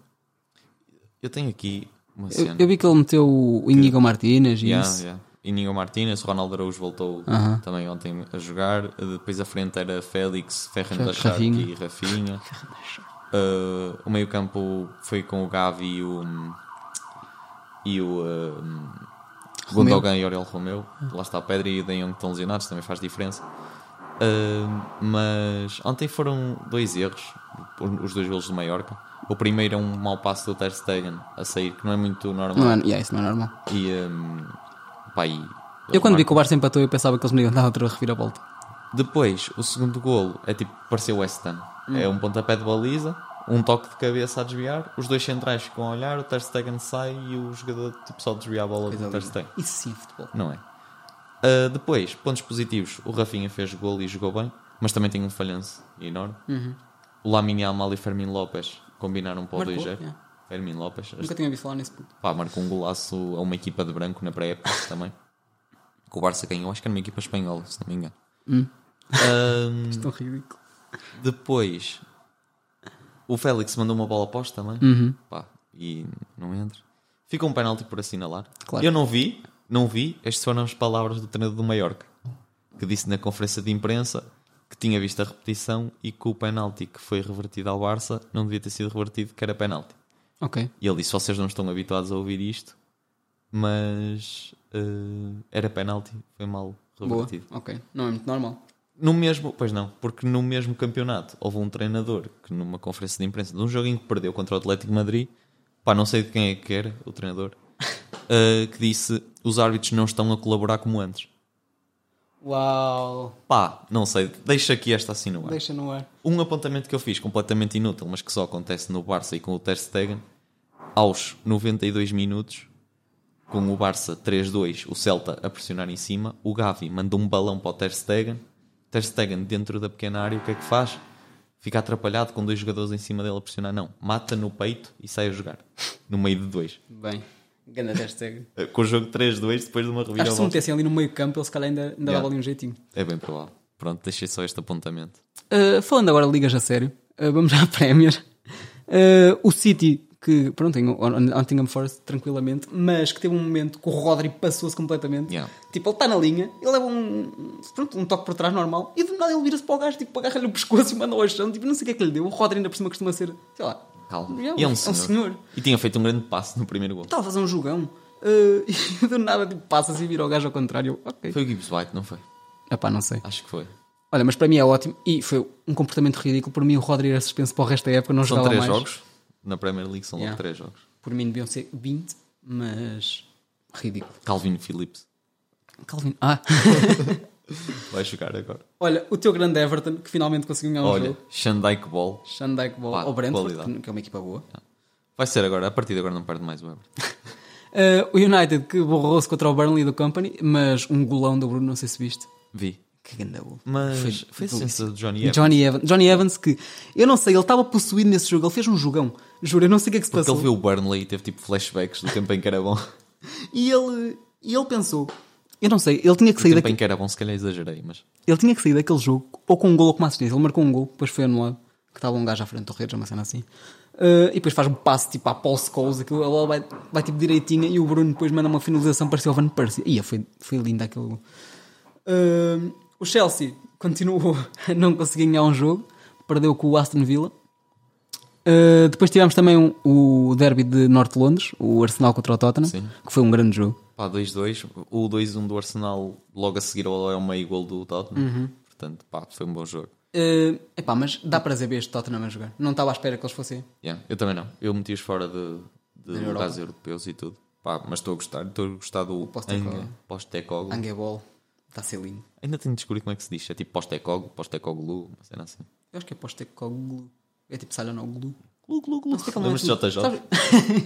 S3: Eu tenho aqui uma
S2: Eu,
S3: cena.
S2: eu vi que ele meteu o Inigo Martínez e
S3: Yeah,
S2: isso.
S3: yeah. Inigo Martínez, Ronaldo Araújo voltou também ontem a jogar. Depois a frente era Félix, Ferran da Charque
S2: Rafinha.
S3: e Rafinha. Uh, o meio campo foi com o Gavi e o, e o um, Gundogan e Oriol Romeu. Lá está a Pedra e o De Jong que estão lesionados, também faz diferença. Uh, mas ontem foram dois erros, os dois golos do Mallorca. O primeiro é um mau passo do Ter Stegen a sair, que não é muito normal.
S2: Não é, yeah, isso não é normal.
S3: E, hum, pá, e
S2: Eu quando vi que o Barça empatou, eu pensava que eles me iam dar outra reviravolta.
S3: Depois, o segundo golo é tipo, pareceu o West Ham.
S2: Hum.
S3: É um pontapé de baliza, um toque de cabeça a desviar, os dois centrais ficam a olhar, o Ter Stegen sai e o jogador tipo, só desvia a bola do Ter Stegen.
S2: Isso sim, é futebol.
S3: Não é? Ah, depois, pontos positivos. O Rafinha fez golo e jogou bem, mas também tem um falhanço enorme.
S2: Uhum.
S3: O Lamine Yamal e Fermin Lopes combinaram para o
S2: Marcou, é.
S3: 2
S2: yeah.
S3: Fermin Lopes,
S2: Nunca tinha ouvido falar nesse puto.
S3: Pá, marcou um golaço a uma equipa de branco na pré-época [LAUGHS] também. Que o Barça ganhou, acho que era uma equipa espanhola, se não me engano. Ahm,
S2: Tão ridículo.
S3: depois, o Félix mandou uma bola após também. Pá, e não entra. Fica um penalti por assinalar.
S2: Claro.
S3: Eu não vi, não vi. Estas foram as palavras do treinador do Mallorca, que disse na conferência de imprensa que tinha visto a repetição e que o penalti que foi revertido ao Barça não devia ter sido revertido, que era penalti.
S2: Ok.
S3: E ele disse: vocês não estão habituados a ouvir isto, mas eh, era penalti, foi mal
S2: Boa.
S3: revertido.
S2: Ok. Não é muito normal.
S3: No mesmo, pois não, porque no mesmo campeonato houve um treinador que numa conferência de imprensa de um jogo em que perdeu contra o Atlético de Madrid, pá, não sei de quem é que era o treinador, eh, que disse: os árbitros não estão a colaborar como antes.
S2: Uau.
S3: Pá, não sei, deixa aqui esta assim no ar.
S2: Deixa no ar.
S3: Um apontamento que eu fiz completamente inútil, mas que só acontece no Barça e com o Ter Stegen, aos 92 minutos, com o Barça 3-2, o Celta a pressionar em cima, o Gavi manda um balão para o Ter Stegen. Ter Stegen dentro da pequena área, o que é que faz? Fica atrapalhado com dois jogadores em cima dele a pressionar. Não, mata no peito e sai a jogar. No meio de dois.
S2: Bem. Ganda hashtag.
S3: Eh, Com o jogo 3-2, depois de
S2: [LAUGHS]
S3: uma
S2: Acho que se o
S3: reviravolta.
S2: metessem ali no meio campo, ele se calhar ainda, ainda
S3: Yeah.
S2: dava ali um jeitinho.
S3: É bem provável. Pronto, deixei só este apontamento.
S2: Uh, falando agora de ligas a sério, uh, vamos à [LAUGHS] Premier. Uh, o City, que pronto, tem o o Nottingham Forest tranquilamente, mas que teve um momento que o Rodri passou-se completamente.
S3: Yeah.
S2: Tipo, ele está na linha, ele leva um, pronto, um toque por trás normal e do nada ele vira-se para o gajo, tipo, agarra-lhe o pescoço e manda-o ao chão. Tipo, não sei o que é que lhe deu. O Rodri ainda por cima costuma ser, sei lá.
S3: Calma.
S2: Yeah,
S3: E é um senhor.
S2: senhor.
S3: E tinha feito um grande passo no primeiro gol.
S2: Estava a fazer um jogão uh, [LAUGHS] e do nada tipo, passa-se e vira o gajo ao contrário. Eu, Ok.
S3: Foi o Gibbs White, não foi?
S2: Epá, não sei.
S3: Acho que foi.
S2: Olha, mas para mim é ótimo e foi um comportamento ridículo. Para mim, o Rodri era suspenso para o resto da época, não
S3: São
S2: jogava
S3: três
S2: mais.
S3: jogos. Na Premier League são
S2: Yeah.
S3: logo três jogos.
S2: Por mim deviam ser 20, mas ridículo.
S3: Calvin Phillips
S2: Calvin. Ah! [LAUGHS]
S3: vai jogar agora.
S2: Olha, o teu grande Everton, que finalmente conseguiu ganhar um
S3: Olha,
S2: jogo.
S3: Shandike Ball.
S2: Shandike Ball
S3: Pá,
S2: ao Brentford,
S3: qualidade.
S2: que é uma equipa boa.
S3: Vai ser agora. A partir de agora não perde mais o Everton.
S2: Ah, o United, que borrou-se contra o Burnley do Company, mas um golão do Bruno, não sei se viste.
S3: Vi.
S2: Que grande gol.
S3: Mas foi
S2: delícia.
S3: a sensação do Johnny Evans.
S2: Johnny Evans. Johnny Evans, que eu não sei, ele estava possuído nesse jogo, ele fez um jogão. Juro, eu não sei o que é que se
S3: Porque
S2: passou.
S3: ele viu o Burnley e teve tipo flashbacks do campo em que
S2: [LAUGHS]
S3: era bom.
S2: E ele, e ele pensou, eu não sei, ele tinha que
S3: O
S2: sair
S3: campo
S2: daqui.
S3: em que era bom, se calhar exagerei, mas...
S2: Ele tinha que sair daquele jogo ou com um gol ou com uma assistência. Ele marcou um gol, depois foi anulado, que estava um gajo à frente do Redes, uma cena assim. Uh, e depois faz um passo tipo à Paul Scholes, aquilo, ele vai, vai tipo direitinho e o Bruno depois manda uma finalização para Silvan Percy. Ia, foi, foi lindo aquele gol. Uh, o Chelsea continuou [LAUGHS] a não conseguir ganhar um jogo, perdeu com o Aston Villa. Uh, depois tivemos também um- o derby de Norte de Londres, o Arsenal contra o Tottenham,
S3: Sim.
S2: que foi um grande jogo.
S3: um
S2: Uhum.
S3: Pá, 2-2. O 2-1 do Arsenal logo a seguir ao- é o meio gol do Tottenham. Portanto, pá, foi um bom jogo.
S2: Eh, epá, mas dá prazer ver este Tottenham a jogar. Não estava à espera que eles fossem.
S3: Yeah, eu também não. Eu meti-os fora de, de
S2: Da
S3: lugares europeus e tudo. Pá, mas estou a gostar. Estou a gostar do
S2: Postecoglou.
S3: Anga- Postecoglou.
S2: Anguebol, está a tá ser lindo.
S3: Ainda tenho de descobrir como é que se diz. É tipo Postecoglou, Postecoglou, uma cena assim.
S2: Eu acho que aposto que com glu. É tipo salha não glu.
S3: Glu, glu, glu.
S2: que ele não é
S3: Lembras-te de JJ?
S2: Sabes- [LAUGHS]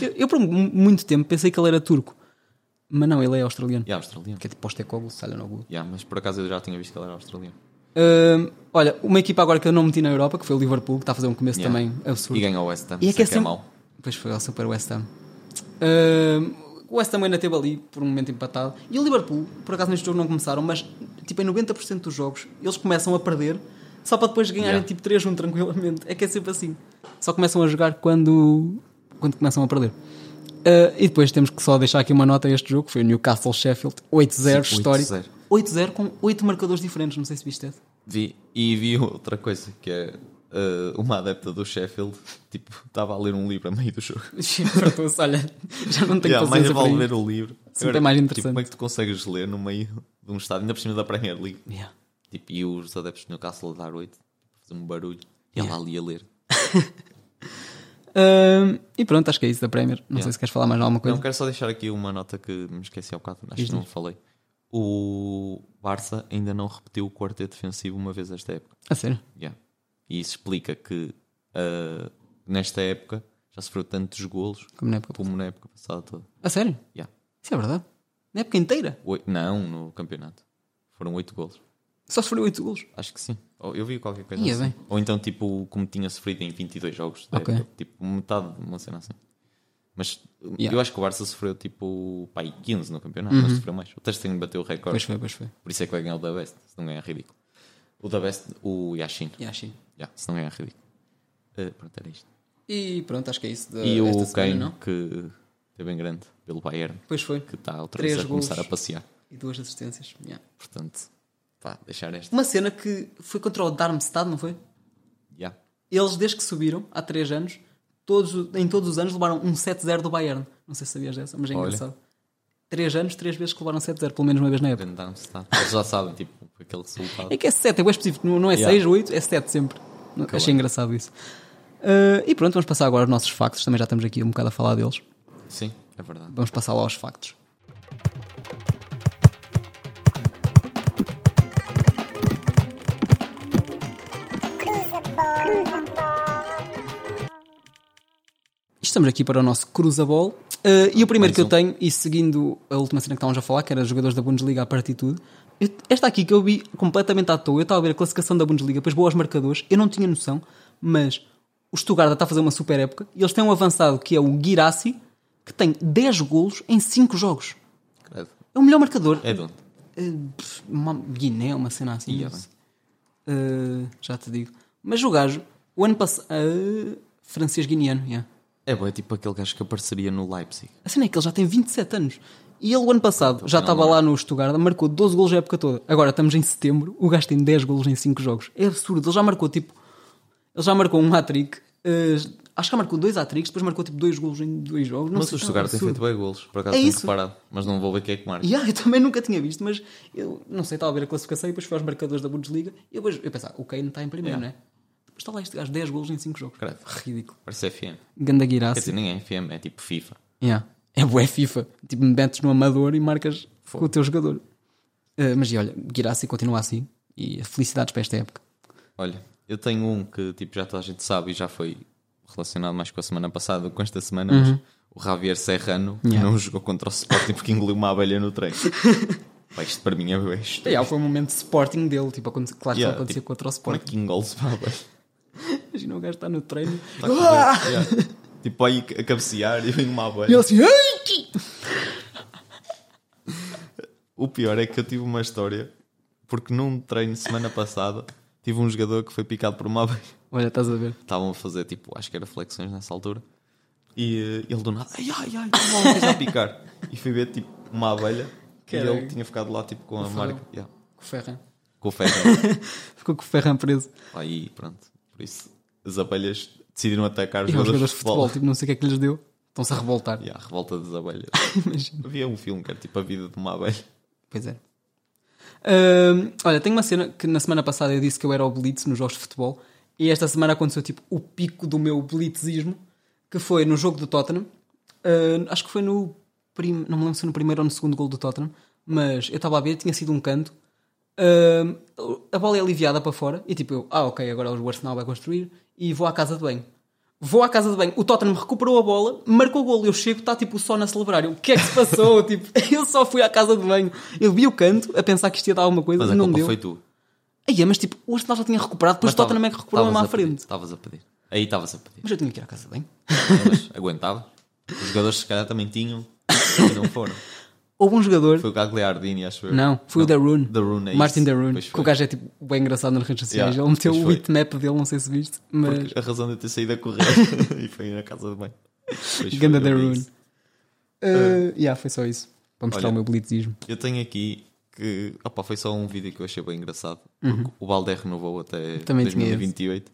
S2: Eu, eu por mu- muito tempo pensei que ele era turco, mas não, ele é australiano.
S3: Yeah, australiano.
S2: Que é tipo Postecoglou, Salhanoglu.
S3: Yeah, mas por acaso eu já tinha visto que ele era australiano.
S2: Hum, olha, uma equipa agora que eu não meti na Europa, que foi o Liverpool, que está a fazer um começo
S3: Yeah.
S2: também absurdo.
S3: E ganhou o West Ham.
S2: E é que é,
S3: Isso
S2: sempre-
S3: mau.
S2: Pois foi ao Super West Ham. Ahm, o West Ham ainda esteve ali por um momento empatado. E o Liverpool, por acaso neste jogo não começaram, mas tipo em 90% dos jogos eles começam a perder só para depois ganharem
S3: Yeah.
S2: tipo 3-1 tranquilamente. É que é sempre assim. Só começam a jogar quando, quando começam a perder. Ah, e depois temos que só deixar aqui uma nota a este jogo, que foi o Newcastle Sheffield, 8-0
S3: Sim,
S2: histórico.
S3: 8-0.
S2: 8-0 com 8 marcadores diferentes, não sei se [LAUGHS] viste esse.
S3: Vi, e vi outra coisa que é eh, uma adepta do Sheffield, tipo, estava a ler um livro a meio do jogo.
S2: Fartou-se, olha, já não tenho
S3: Yeah, mais
S2: paciência para
S3: vale
S2: ir.
S3: ler o livro.
S2: Sempre é mais
S3: Tipo,
S2: interessante.
S3: como é que tu consegues ler no meio de um estádio, ainda por cima da Premier League?
S2: Yeah.
S3: Tipo, e os adeptos do Newcastle a dar 8, fazer um barulho, e ela ali a ler.
S2: Ahm, e pronto, acho que é isso da Premier. Não
S3: Yeah.
S2: sei se queres falar mais alguma coisa.
S3: Não, quero só deixar aqui uma nota que me esqueci há bocado, acho que não falei. O Barça ainda não repetiu o quarteto defensivo uma vez esta época.
S2: A sério.
S3: Yeah. E isso explica que ah, nesta época já sofreu tantos golos
S2: Como na época.
S3: como na época passada toda.
S2: A sério?
S3: Yeah.
S2: Isso é verdade. Na época inteira.
S3: Oi- não, no campeonato. Foram oito golos.
S2: Só sofreu 8 golos.
S3: Acho que sim. Ou- Eu vi qualquer coisa
S2: Ia
S3: assim.
S2: bem.
S3: Ou então, tipo, como tinha sofrido em 22 jogos. da
S2: Ok.
S3: época. Tipo, metade de uma cena assim. Mas
S2: Yeah.
S3: eu acho que o Barça sofreu, tipo, pá, aí 15 no campeonato. Não sofreu mais. O Ter Stegen bateu o
S2: Pois
S3: recorde.
S2: foi, pois foi.
S3: Por isso é que vai ganhar o da Best. Se não ganhar, é ridículo. O da Best, o Yashin.
S2: E acho.
S3: Yeah, se não ganhar, é ridículo. Ah, pronto, era isto.
S2: E pronto, acho que é isso. Da,
S3: E
S2: desta
S3: o
S2: semana,
S3: Kane,
S2: não?
S3: que teve em grande pelo Bayern,
S2: Pois foi.
S3: que está outra
S2: Três
S3: vez a começar
S2: golos.
S3: a passear.
S2: E duas assistências. Yeah.
S3: Portanto, pá, deixar esta.
S2: Uma cena que foi contra o Darmstadt, não foi?
S3: Yeah.
S2: Eles, desde que subiram, há 3 anos, todos, em todos os anos levaram um 7-0 do Bayern. Não sei se sabias dessa, mas é
S3: Olha.
S2: engraçado. 3 anos, 3 vezes que levaram 7-0, pelo menos uma vez na época.
S3: Grande Darmstadt. Eles já sabem, tipo, aquele resultado.
S2: É que é 7, é bem específico, não não é
S3: Yeah.
S2: 6 ou 8, é 7 sempre. Não- Achei
S3: bem.
S2: engraçado isso. Ah, e pronto, vamos passar agora aos nossos factos, também já estamos aqui um bocado a falar deles.
S3: Sim, é verdade.
S2: Vamos passar lá aos factos. Estamos aqui para o nosso cruzabol. Ah, e o primeiro
S3: Mais
S2: que eu
S3: um.
S2: tenho, e seguindo a última cena que estávamos a falar, que era jogadores da Bundesliga à partitude, eu- esta aqui que eu vi completamente à toa, eu estava a ver a classificação da Bundesliga, depois vou aos marcadores, eu não tinha noção, mas o Stuttgart está a fazer uma super época e eles têm um avançado que é o Girassi, que tem 10 golos em 5 jogos.
S3: Credo.
S2: É o melhor marcador.
S3: É de onde? é
S2: Uh, pff, uma Guiné, uma cena assim. não
S3: Ia
S2: sei. Uh, já te digo. Mas o gajo, o ano passado. Uh, francês guineano, yeah.
S3: É bom, é tipo aquele gajo que apareceria no Leipzig.
S2: A cena é que ele já tem 27 anos. E ele, o ano passado, já
S3: Então, não é?
S2: estava
S3: lembro.
S2: lá no Stuttgart, marcou 12 golos a época toda. Agora estamos em setembro, o gajo tem 10 golos em 5 jogos. É absurdo. Ele já marcou tipo. Ele já marcou um hat-trick. uh, acho que já marcou dois hat-tricks, depois marcou tipo dois golos em dois jogos. Não
S3: mas
S2: sei,
S3: o
S2: tá
S3: Stuttgart tem
S2: absurdo.
S3: feito bem golos. Por acaso
S2: É
S3: tenho
S2: isso.
S3: reparado. Mas não vou ver quem é que marca.
S2: Yeah, ah, eu também nunca tinha visto, mas eu não sei, estava a ver a classificação e depois fui aos marcadores da Bundesliga e depois eu pensava, o Kane está em primeiro,
S3: Yeah.
S2: não é? Depois está lá este gajo, 10 golos em 5 jogos.
S3: Credo.
S2: Ridículo.
S3: Parece FM.
S2: Ganda
S3: Quer dizer,
S2: guiraça.
S3: nem é FM, é tipo FIFA.
S2: Yeah. É bué FIFA. Tipo, metes no amador e marcas com o teu jogador. Eh, mas e olha, Guirassi continua assim e felicidades para esta época.
S3: Olha, eu tenho um que tipo, já toda a gente sabe e já foi relacionado mais com a semana passada do que com esta semana, mas o Javier Serrano que
S2: Uhum. Yeah.
S3: não jogou contra o Sporting porque engoliu uma abelha no
S2: [LAUGHS]
S3: trem. Pá, isto para mim é besta.
S2: Yeah, foi um momento de Sporting dele, tipo, aconte- claro que
S3: Yeah,
S2: só aconteceu
S3: tipo,
S2: contra o
S3: Como é
S2: Sporting.
S3: que engoles uma abelha?
S2: Imagina o gajo está no treino
S3: Tá com
S2: Ah!
S3: medo. Yeah. Tipo aí a cabecear e vem uma
S2: e
S3: abelha.
S2: ele assim, "Ai, que-"
S3: O pior é que eu tive uma história porque num treino semana passada tive um jogador que foi picado por uma abelha.
S2: Olha, estás a ver.
S3: estavam a fazer tipo, acho que era flexões nessa altura. E eh, ele do nada, ai ai ai, tem uma coisa a picar. e fui ver tipo uma abelha
S2: Caralho.
S3: e ele tinha ficado lá tipo com a
S2: farol.
S3: marca, yeah,
S2: Com o Ferran.
S3: com o ferro.
S2: Ficou com o Ferran preso.
S3: Aí pronto, por isso as abelhas decidiram atacar os
S2: E aos
S3: jogadores,
S2: jogadores de futebol, tipo, não sei o que é que lhes deu. Estão-se a revoltar.
S3: Yeah, a revolta das abelhas.
S2: [LAUGHS] Imagina.
S3: Havia um filme que era tipo a vida de uma abelha.
S2: Pois é. Ahm, olha, tem uma cena que na semana passada eu disse que eu era o Blitz nos jogos de futebol e esta semana aconteceu tipo o pico do meu Blitzismo que foi no jogo do Tottenham. Ah, acho que foi no. Prim... Não me lembro se foi no primeiro ou no segundo gol do Tottenham, mas eu estava a ver, tinha sido um canto. Ahm, a bola é aliviada para fora e tipo eu, ah ok, agora o Arsenal vai construir e vou à casa de banho. Vou à casa de banho, o Tottenham recuperou a bola, marcou o golo, eu chego, está tipo só na celebrar. Eu, O que é que se passou? [LAUGHS] tipo, eu só fui à casa de banho. Eu vi o canto a pensar que isto ia dar alguma coisa,
S3: Mas a
S2: não
S3: culpa
S2: deu.
S3: foi tu.
S2: Aí, mas tipo, o Arsenal já tinha recuperado, depois o Tottenham é que recuperou mesmo à frente.
S3: Estavas a pedir. Aí estavas a pedir.
S2: Mas eu tinha que ir à casa de banho.
S3: Mas aguentava. Os jogadores se calhar também tinham e não foram.
S2: Houve um jogador.
S3: Foi o Gagliardini, acho eu.
S2: Não, foi o Darun.
S3: Darun, é
S2: Martin
S3: isso.
S2: Darun.
S3: Pois
S2: Que
S3: foi.
S2: o gajo é tipo bem engraçado nas redes sociais.
S3: Yeah,
S2: Ele meteu
S3: pois
S2: o
S3: foi.
S2: hitmap dele, não sei se viste, mas.
S3: Porque a razão de eu ter saído a correr [LAUGHS] e foi ir na casa de banho. Pois foi,
S2: Ganda
S3: eu vi
S2: Darun.
S3: isso.
S2: Uh, yeah, foi só isso. Para mostrar
S3: Ah. Olha.
S2: o meu blitzismo.
S3: Eu tenho aqui que. Opa, foi só um vídeo que eu achei bem engraçado. Porque o Balder renovou até
S2: Uhum. Também tinha esse.
S3: 2028.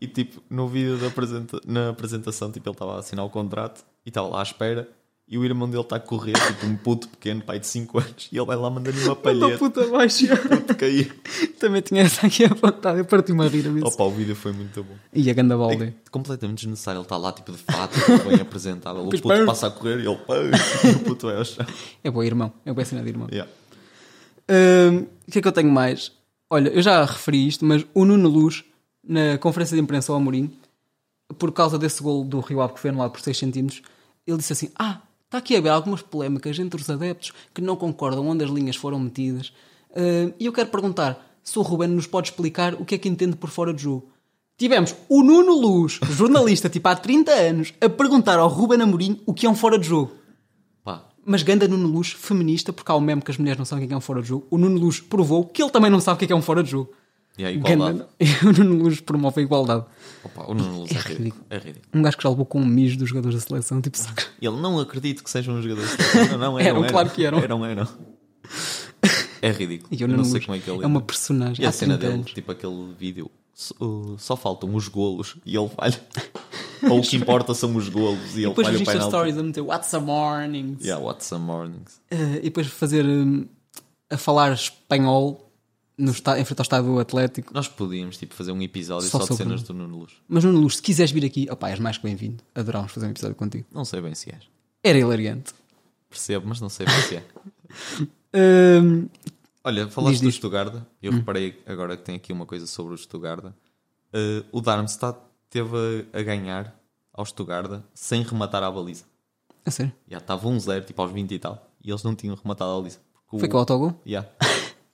S3: E tipo, no vídeo da apresenta- na apresentação, tipo, ele estava a assinar o contrato e estava lá à espera. E o irmão dele está a correr, tipo, um puto pequeno, pai de 5 anos, e ele vai lá mandando
S2: [LAUGHS]
S3: uma
S2: Uma
S3: palheta
S2: puta baixa.
S3: de cair.
S2: Também tinha essa aqui à vontade. Eu parti-me a rir a ver se-
S3: Opa, o vídeo foi muito bom.
S2: E a ganda
S3: É
S2: balde.
S3: completamente desnecessário, ele está lá, tipo, de fato, tipo,
S2: [LAUGHS]
S3: bem apresentável. O
S2: Pois,
S3: puto
S2: pá.
S3: passa a correr e ele, pá, [LAUGHS] e o puto vai ao chão.
S2: É boa, irmão. É boa cena de irmão.
S3: Yeah.
S2: Hum, O que é que eu tenho mais? Olha, eu já referi isto, mas o Nuno Luz, na conferência de imprensa ao Amorim, por causa desse gol do Rio Ave que foi anulado por 6 centímetros, ele disse assim: Ah, está aqui a haver algumas polémicas entre os adeptos que não concordam onde as linhas foram metidas. Hum, E eu quero perguntar: se o Ruben nos pode explicar o que é que entende por fora de jogo? Tivemos o Nuno Luz, jornalista tipo há 30 anos, a perguntar ao Ruben Amorim o que é um fora de jogo.
S3: Pá,
S2: Mas Ganda Nuno Luz, feminista, porque há o mesmo que as mulheres não sabem o que é que é um fora de jogo. O Nuno Luz provou que ele também não sabe o que é que é um fora de jogo.
S3: e a igualdade.
S2: Ganda- o Nuno [LAUGHS] Luz promove a igualdade.
S3: Opa, o Nuno Luz é,
S2: É
S3: ridículo. É ridículo.
S2: Um gajo que já levou com um mijo dos jogadores da seleção, tipo, saca.
S3: E Ele não acredito que sejam um jogador de seleção. Não, é, não, eram,
S2: Eram, claro que eram.
S3: Eram, eram. É ridículo.
S2: E o
S3: Eu
S2: Nuno
S3: não sei
S2: Luz
S3: como é que ele.
S2: é uma
S3: lida.
S2: personagem.
S3: E a
S2: Há
S3: cena
S2: 30
S3: dele,
S2: anos.
S3: tipo aquele vídeo, só, uh, só faltam os golos e ele falha. Ou o que importa são os golos e ele
S2: Depois
S3: falha o
S2: regista
S3: penalti.
S2: stories a meter What's a morning?
S3: Yeah, what's the mornings?
S2: Eh, e depois fazer hum, a falar espanhol no está- em frente ao estádio do Atlético.
S3: Nós podíamos tipo, fazer um episódio
S2: Só
S3: só, de
S2: sobre-
S3: cenas do Nuno Luz.
S2: Mas Nuno Luz, se quiseres vir aqui, opá, és mais que bem-vindo. Adorámos fazer um episódio contigo.
S3: Não sei bem se é.
S2: Era hilariante.
S3: Percebo, mas não sei bem se é.
S2: Hum,
S3: [LAUGHS] Olha, falaste
S2: Diz, Hum.
S3: do
S2: diz.
S3: Estugarda. Eu reparei agora que tem aqui uma coisa sobre o Estugarda. Eh, o Darmstadt teve a, a ganhar ao Estugarda sem rematar à baliza.
S2: a sério.
S3: Já estava 1-0, tipo aos 20 e tal. E eles não tinham rematado à baliza. Porque
S2: Foi com o
S3: [LAUGHS]
S2: autogol?
S3: Ya.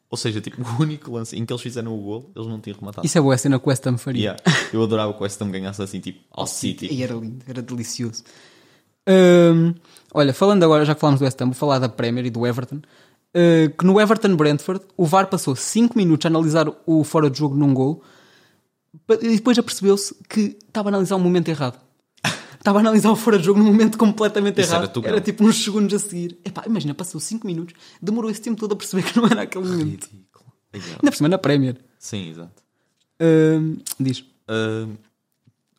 S3: Ou seja, tipo, o único lance em que eles fizeram o gol, eles não tinham rematado.
S2: Isso é boa cena que o West Ham faria.
S3: Ya. Eu adorava que o West Ham ganhasse assim, tipo, ao City.
S2: E era lindo, era delicioso. Hum, olha, falando agora, já que falámos do West Ham, vou falar da Premier e do Everton. Uh, que no Everton Brentford, o VAR passou 5 minutos a analisar o fora de jogo num gol pa- e depois apercebeu-se que estava a analisar o momento errado.
S3: [LAUGHS]
S2: Estava a analisar o fora de jogo num momento completamente
S3: Isso era
S2: errado.
S3: tu,
S2: Era,
S3: Bruno.
S2: tipo uns segundos a seguir. Epá, imagina, passou 5 minutos, demorou esse tempo todo a perceber que não era aquele momento.
S3: Ridículo. Ya.
S2: Ainda por cima na Premier.
S3: Sim, exato.
S2: Hum, diz.
S3: Ahm,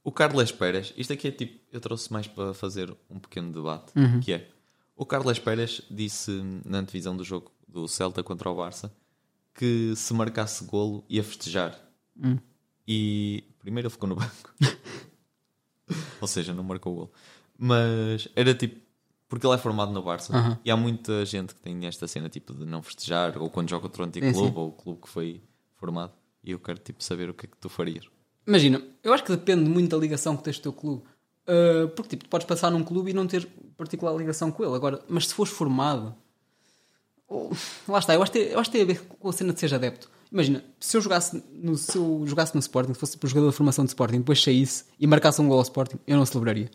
S3: o Carles Pérez, isto aqui é tipo, eu trouxe mais para fazer um pequeno debate,
S2: Uhum.
S3: que é o Carles Pérez disse hum, na antevisão do jogo do Celta contra o Barça que se marcasse golo ia festejar.
S2: Hum.
S3: E primeiro ele ficou no banco. [LAUGHS] Ou seja, não marcou o golo. Mas era tipo, porque ele é formado no Barça
S2: Aham.
S3: e há muita gente que tem esta cena tipo de não festejar, ou quando joga contra o
S2: sim.
S3: anticlube, ou o clube que foi formado. E eu quero tipo saber o que é que tu farias.
S2: Imagina, eu acho que depende muito da ligação que tens do teu clube. Ah, porque, tipo, tu podes passar num clube e não ter particular ligação com ele. Agora, mas se fores formado. oh, lá está, eu acho que tem- eu acho que tem a ver com a cena de seres adepto. Imagina, se eu jogasse no, se eu jogasse no Sporting, se fosse tipo, jogador de formação de Sporting, depois saísse e marcasse um gol ao Sporting, eu não celebraria.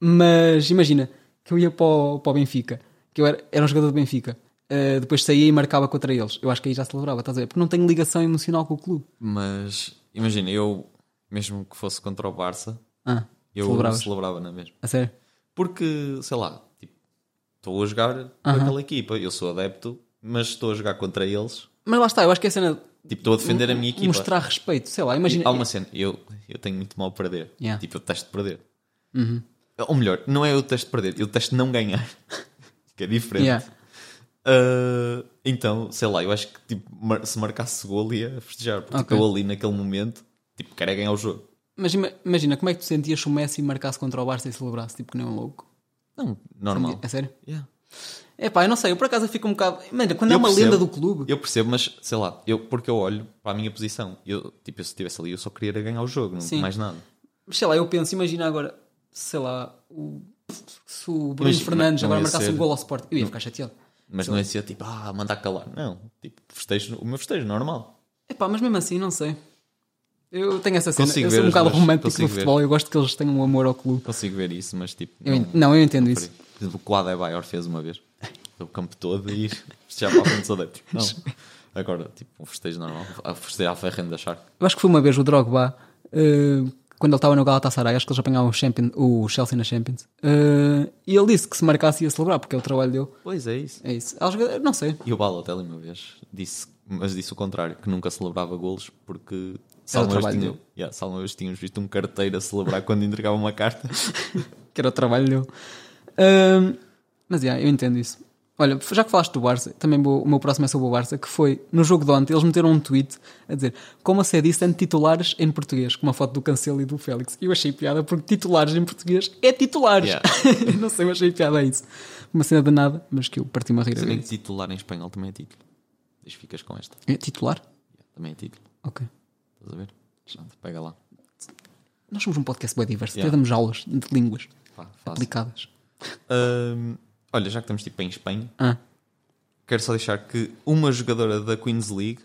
S2: Mas imagina que eu ia para o, para o Benfica, que eu era, era um jogador do Benfica, ah, depois saía e marcava contra eles. Eu acho que aí já celebrava, estás a ver? Porque não tenho ligação emocional com o clube.
S3: Mas imagina, eu, mesmo que fosse contra o Barça,
S2: Ah,
S3: eu
S2: celebravas.
S3: celebrava na mesma.
S2: A sério?
S3: Porque, sei lá, tipo, estou a jogar com aquela equipa, eu sou adepto, mas estou a jogar contra eles,
S2: Mas lá está, eu acho que é a cena de
S3: tipo, estou a defender a minha equipa.
S2: mostrar respeito, sei lá, imagina.
S3: Há uma cena, eu, eu tenho muito mal a perder.
S2: Yeah. Uhum.
S3: Tipo, eu testo perder. Ou melhor, não é eu testo perder, eu testo não ganhar. [LAUGHS] que é diferente.
S2: Yeah.
S3: Ah, então, sei lá, eu acho que tipo, mar- se marcasse gol ia festejar, porque
S2: Ok.
S3: eu ali naquele momento tipo, quero é ganhar o jogo.
S2: Mas ima- imagina, como é que tu sentias se o Messi marcasse contra o Barça e celebrasse, tipo, que nem um louco?
S3: Não, normal.
S2: É sério?
S3: Yeah.
S2: É pá, eu não sei, eu por acaso fico um bocado. Mano, quando é
S3: Eu
S2: uma
S3: percebo.
S2: lenda do clube.
S3: Eu percebo, mas sei lá, eu, porque eu olho para a minha posição. Eu, tipo, eu se estivesse ali, eu só queria era ganhar o jogo, não
S2: Sim.
S3: mais nada.
S2: Sei lá, eu penso, imagina agora, sei lá, o, se o Bruno
S3: Imagina,
S2: Fernandes
S3: não
S2: agora
S3: ia
S2: marcasse
S3: ser-
S2: um gol ao Sport, eu ia ficar chateado.
S3: Mas não é ser tipo, ah, mandar calar. Não, tipo, festejo, o meu festejo normal.
S2: É pá, mas mesmo assim, não sei. Eu tenho essa cena,
S3: Consigo
S2: eu sou
S3: ver
S2: um
S3: os
S2: bocado
S3: dois,
S2: romântico do
S3: consigo ver.
S2: futebol, eu gosto que eles tenham um amor ao clube.
S3: Consigo ver isso, mas tipo.
S2: Eu en- não, eu entendo isso.
S3: Por exemplo, O que o Adé Bayor fez uma vez. O campo todo e ir festejar para a frente dos adeptos.
S2: [LAUGHS]
S3: Não. Agora, tipo, um festejo normal. A festejar à ferrando da Shark.
S2: Eu acho que foi uma vez o Drogba, eh, quando ele estava no Galatasaray, acho que eles apanhavam o, Champions, o Chelsea na Champions, eh, e ele disse que se marcasse ia celebrar, porque é o trabalho dele.
S3: Pois é isso.
S2: É isso. Há jogadores- não sei.
S3: E o Balotelli uma vez disse, mas disse o contrário, que nunca celebrava golos porque se
S2: Era o
S3: alguma vez
S2: trabalho
S3: tinha- yeah, se alguma vez tínhamos visto um carteiro a celebrar quando entregava
S2: [LAUGHS]
S3: uma carta.
S2: que era o trabalho dele. Ahm, mas yeah, eu entendo isso. Olha, já que falaste do Barça, também vou- o meu próximo é sobre o Barça, que foi no jogo de ontem, eles meteram um tweet a dizer como a sede disse titulares em português, com uma foto do Cancelo e do Félix. E eu achei piada porque titulares em português é titulares.
S3: Yeah.
S2: não sei, [LAUGHS] eu achei piada a isso. Uma cena de nada, mas que eu parti-me a rir.
S3: Também
S2: agora.
S3: titular em espanhol também é título. Deixa ficas com esta.
S2: É titular?
S3: Yeah, também é título.
S2: Ok.
S3: Estás a ver? Pronto, pega lá.
S2: Nós somos um podcast bem diverso,
S3: Yeah.
S2: até damos aulas de línguas
S3: Pá, faz.
S2: aplicadas.
S3: Ahm, olha, já que estamos tipo em Espanha,
S2: Ah,
S3: quero só deixar que uma jogadora da Queens League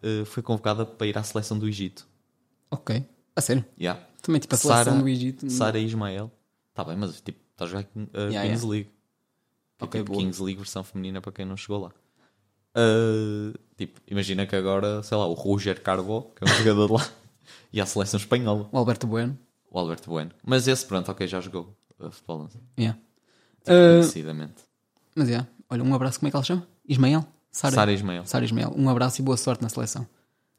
S3: eh, foi convocada para ir à seleção do Egito.
S2: ok. A sério?
S3: Yeah.
S2: Também tipo a seleção do Egito.
S3: Sara Ismael. Tá bem, mas tipo, está a jogar aqui, uh,
S2: Yeah,
S3: Kings
S2: yeah.
S3: League. Que
S2: Ok,
S3: é, tipo,
S2: boa.
S3: Kings League versão feminina para quem não chegou lá. Uh, tipo, imagina que agora, sei lá, o Roger Carbo, que é um [LAUGHS] jogador de lá, e a seleção espanhola,
S2: O Alberto Bueno.
S3: o Alberto Bueno. Mas esse, pronto, ok, já jogou uh, futebol, não sei,
S2: Yeah.
S3: Tipo,
S2: Ah,
S3: decididamente.
S2: Mas é, olha, um abraço, como é que ela se chama? Ismael? Sara.
S3: Sara Ismael,
S2: Sara Ismael. Um abraço e boa sorte na seleção.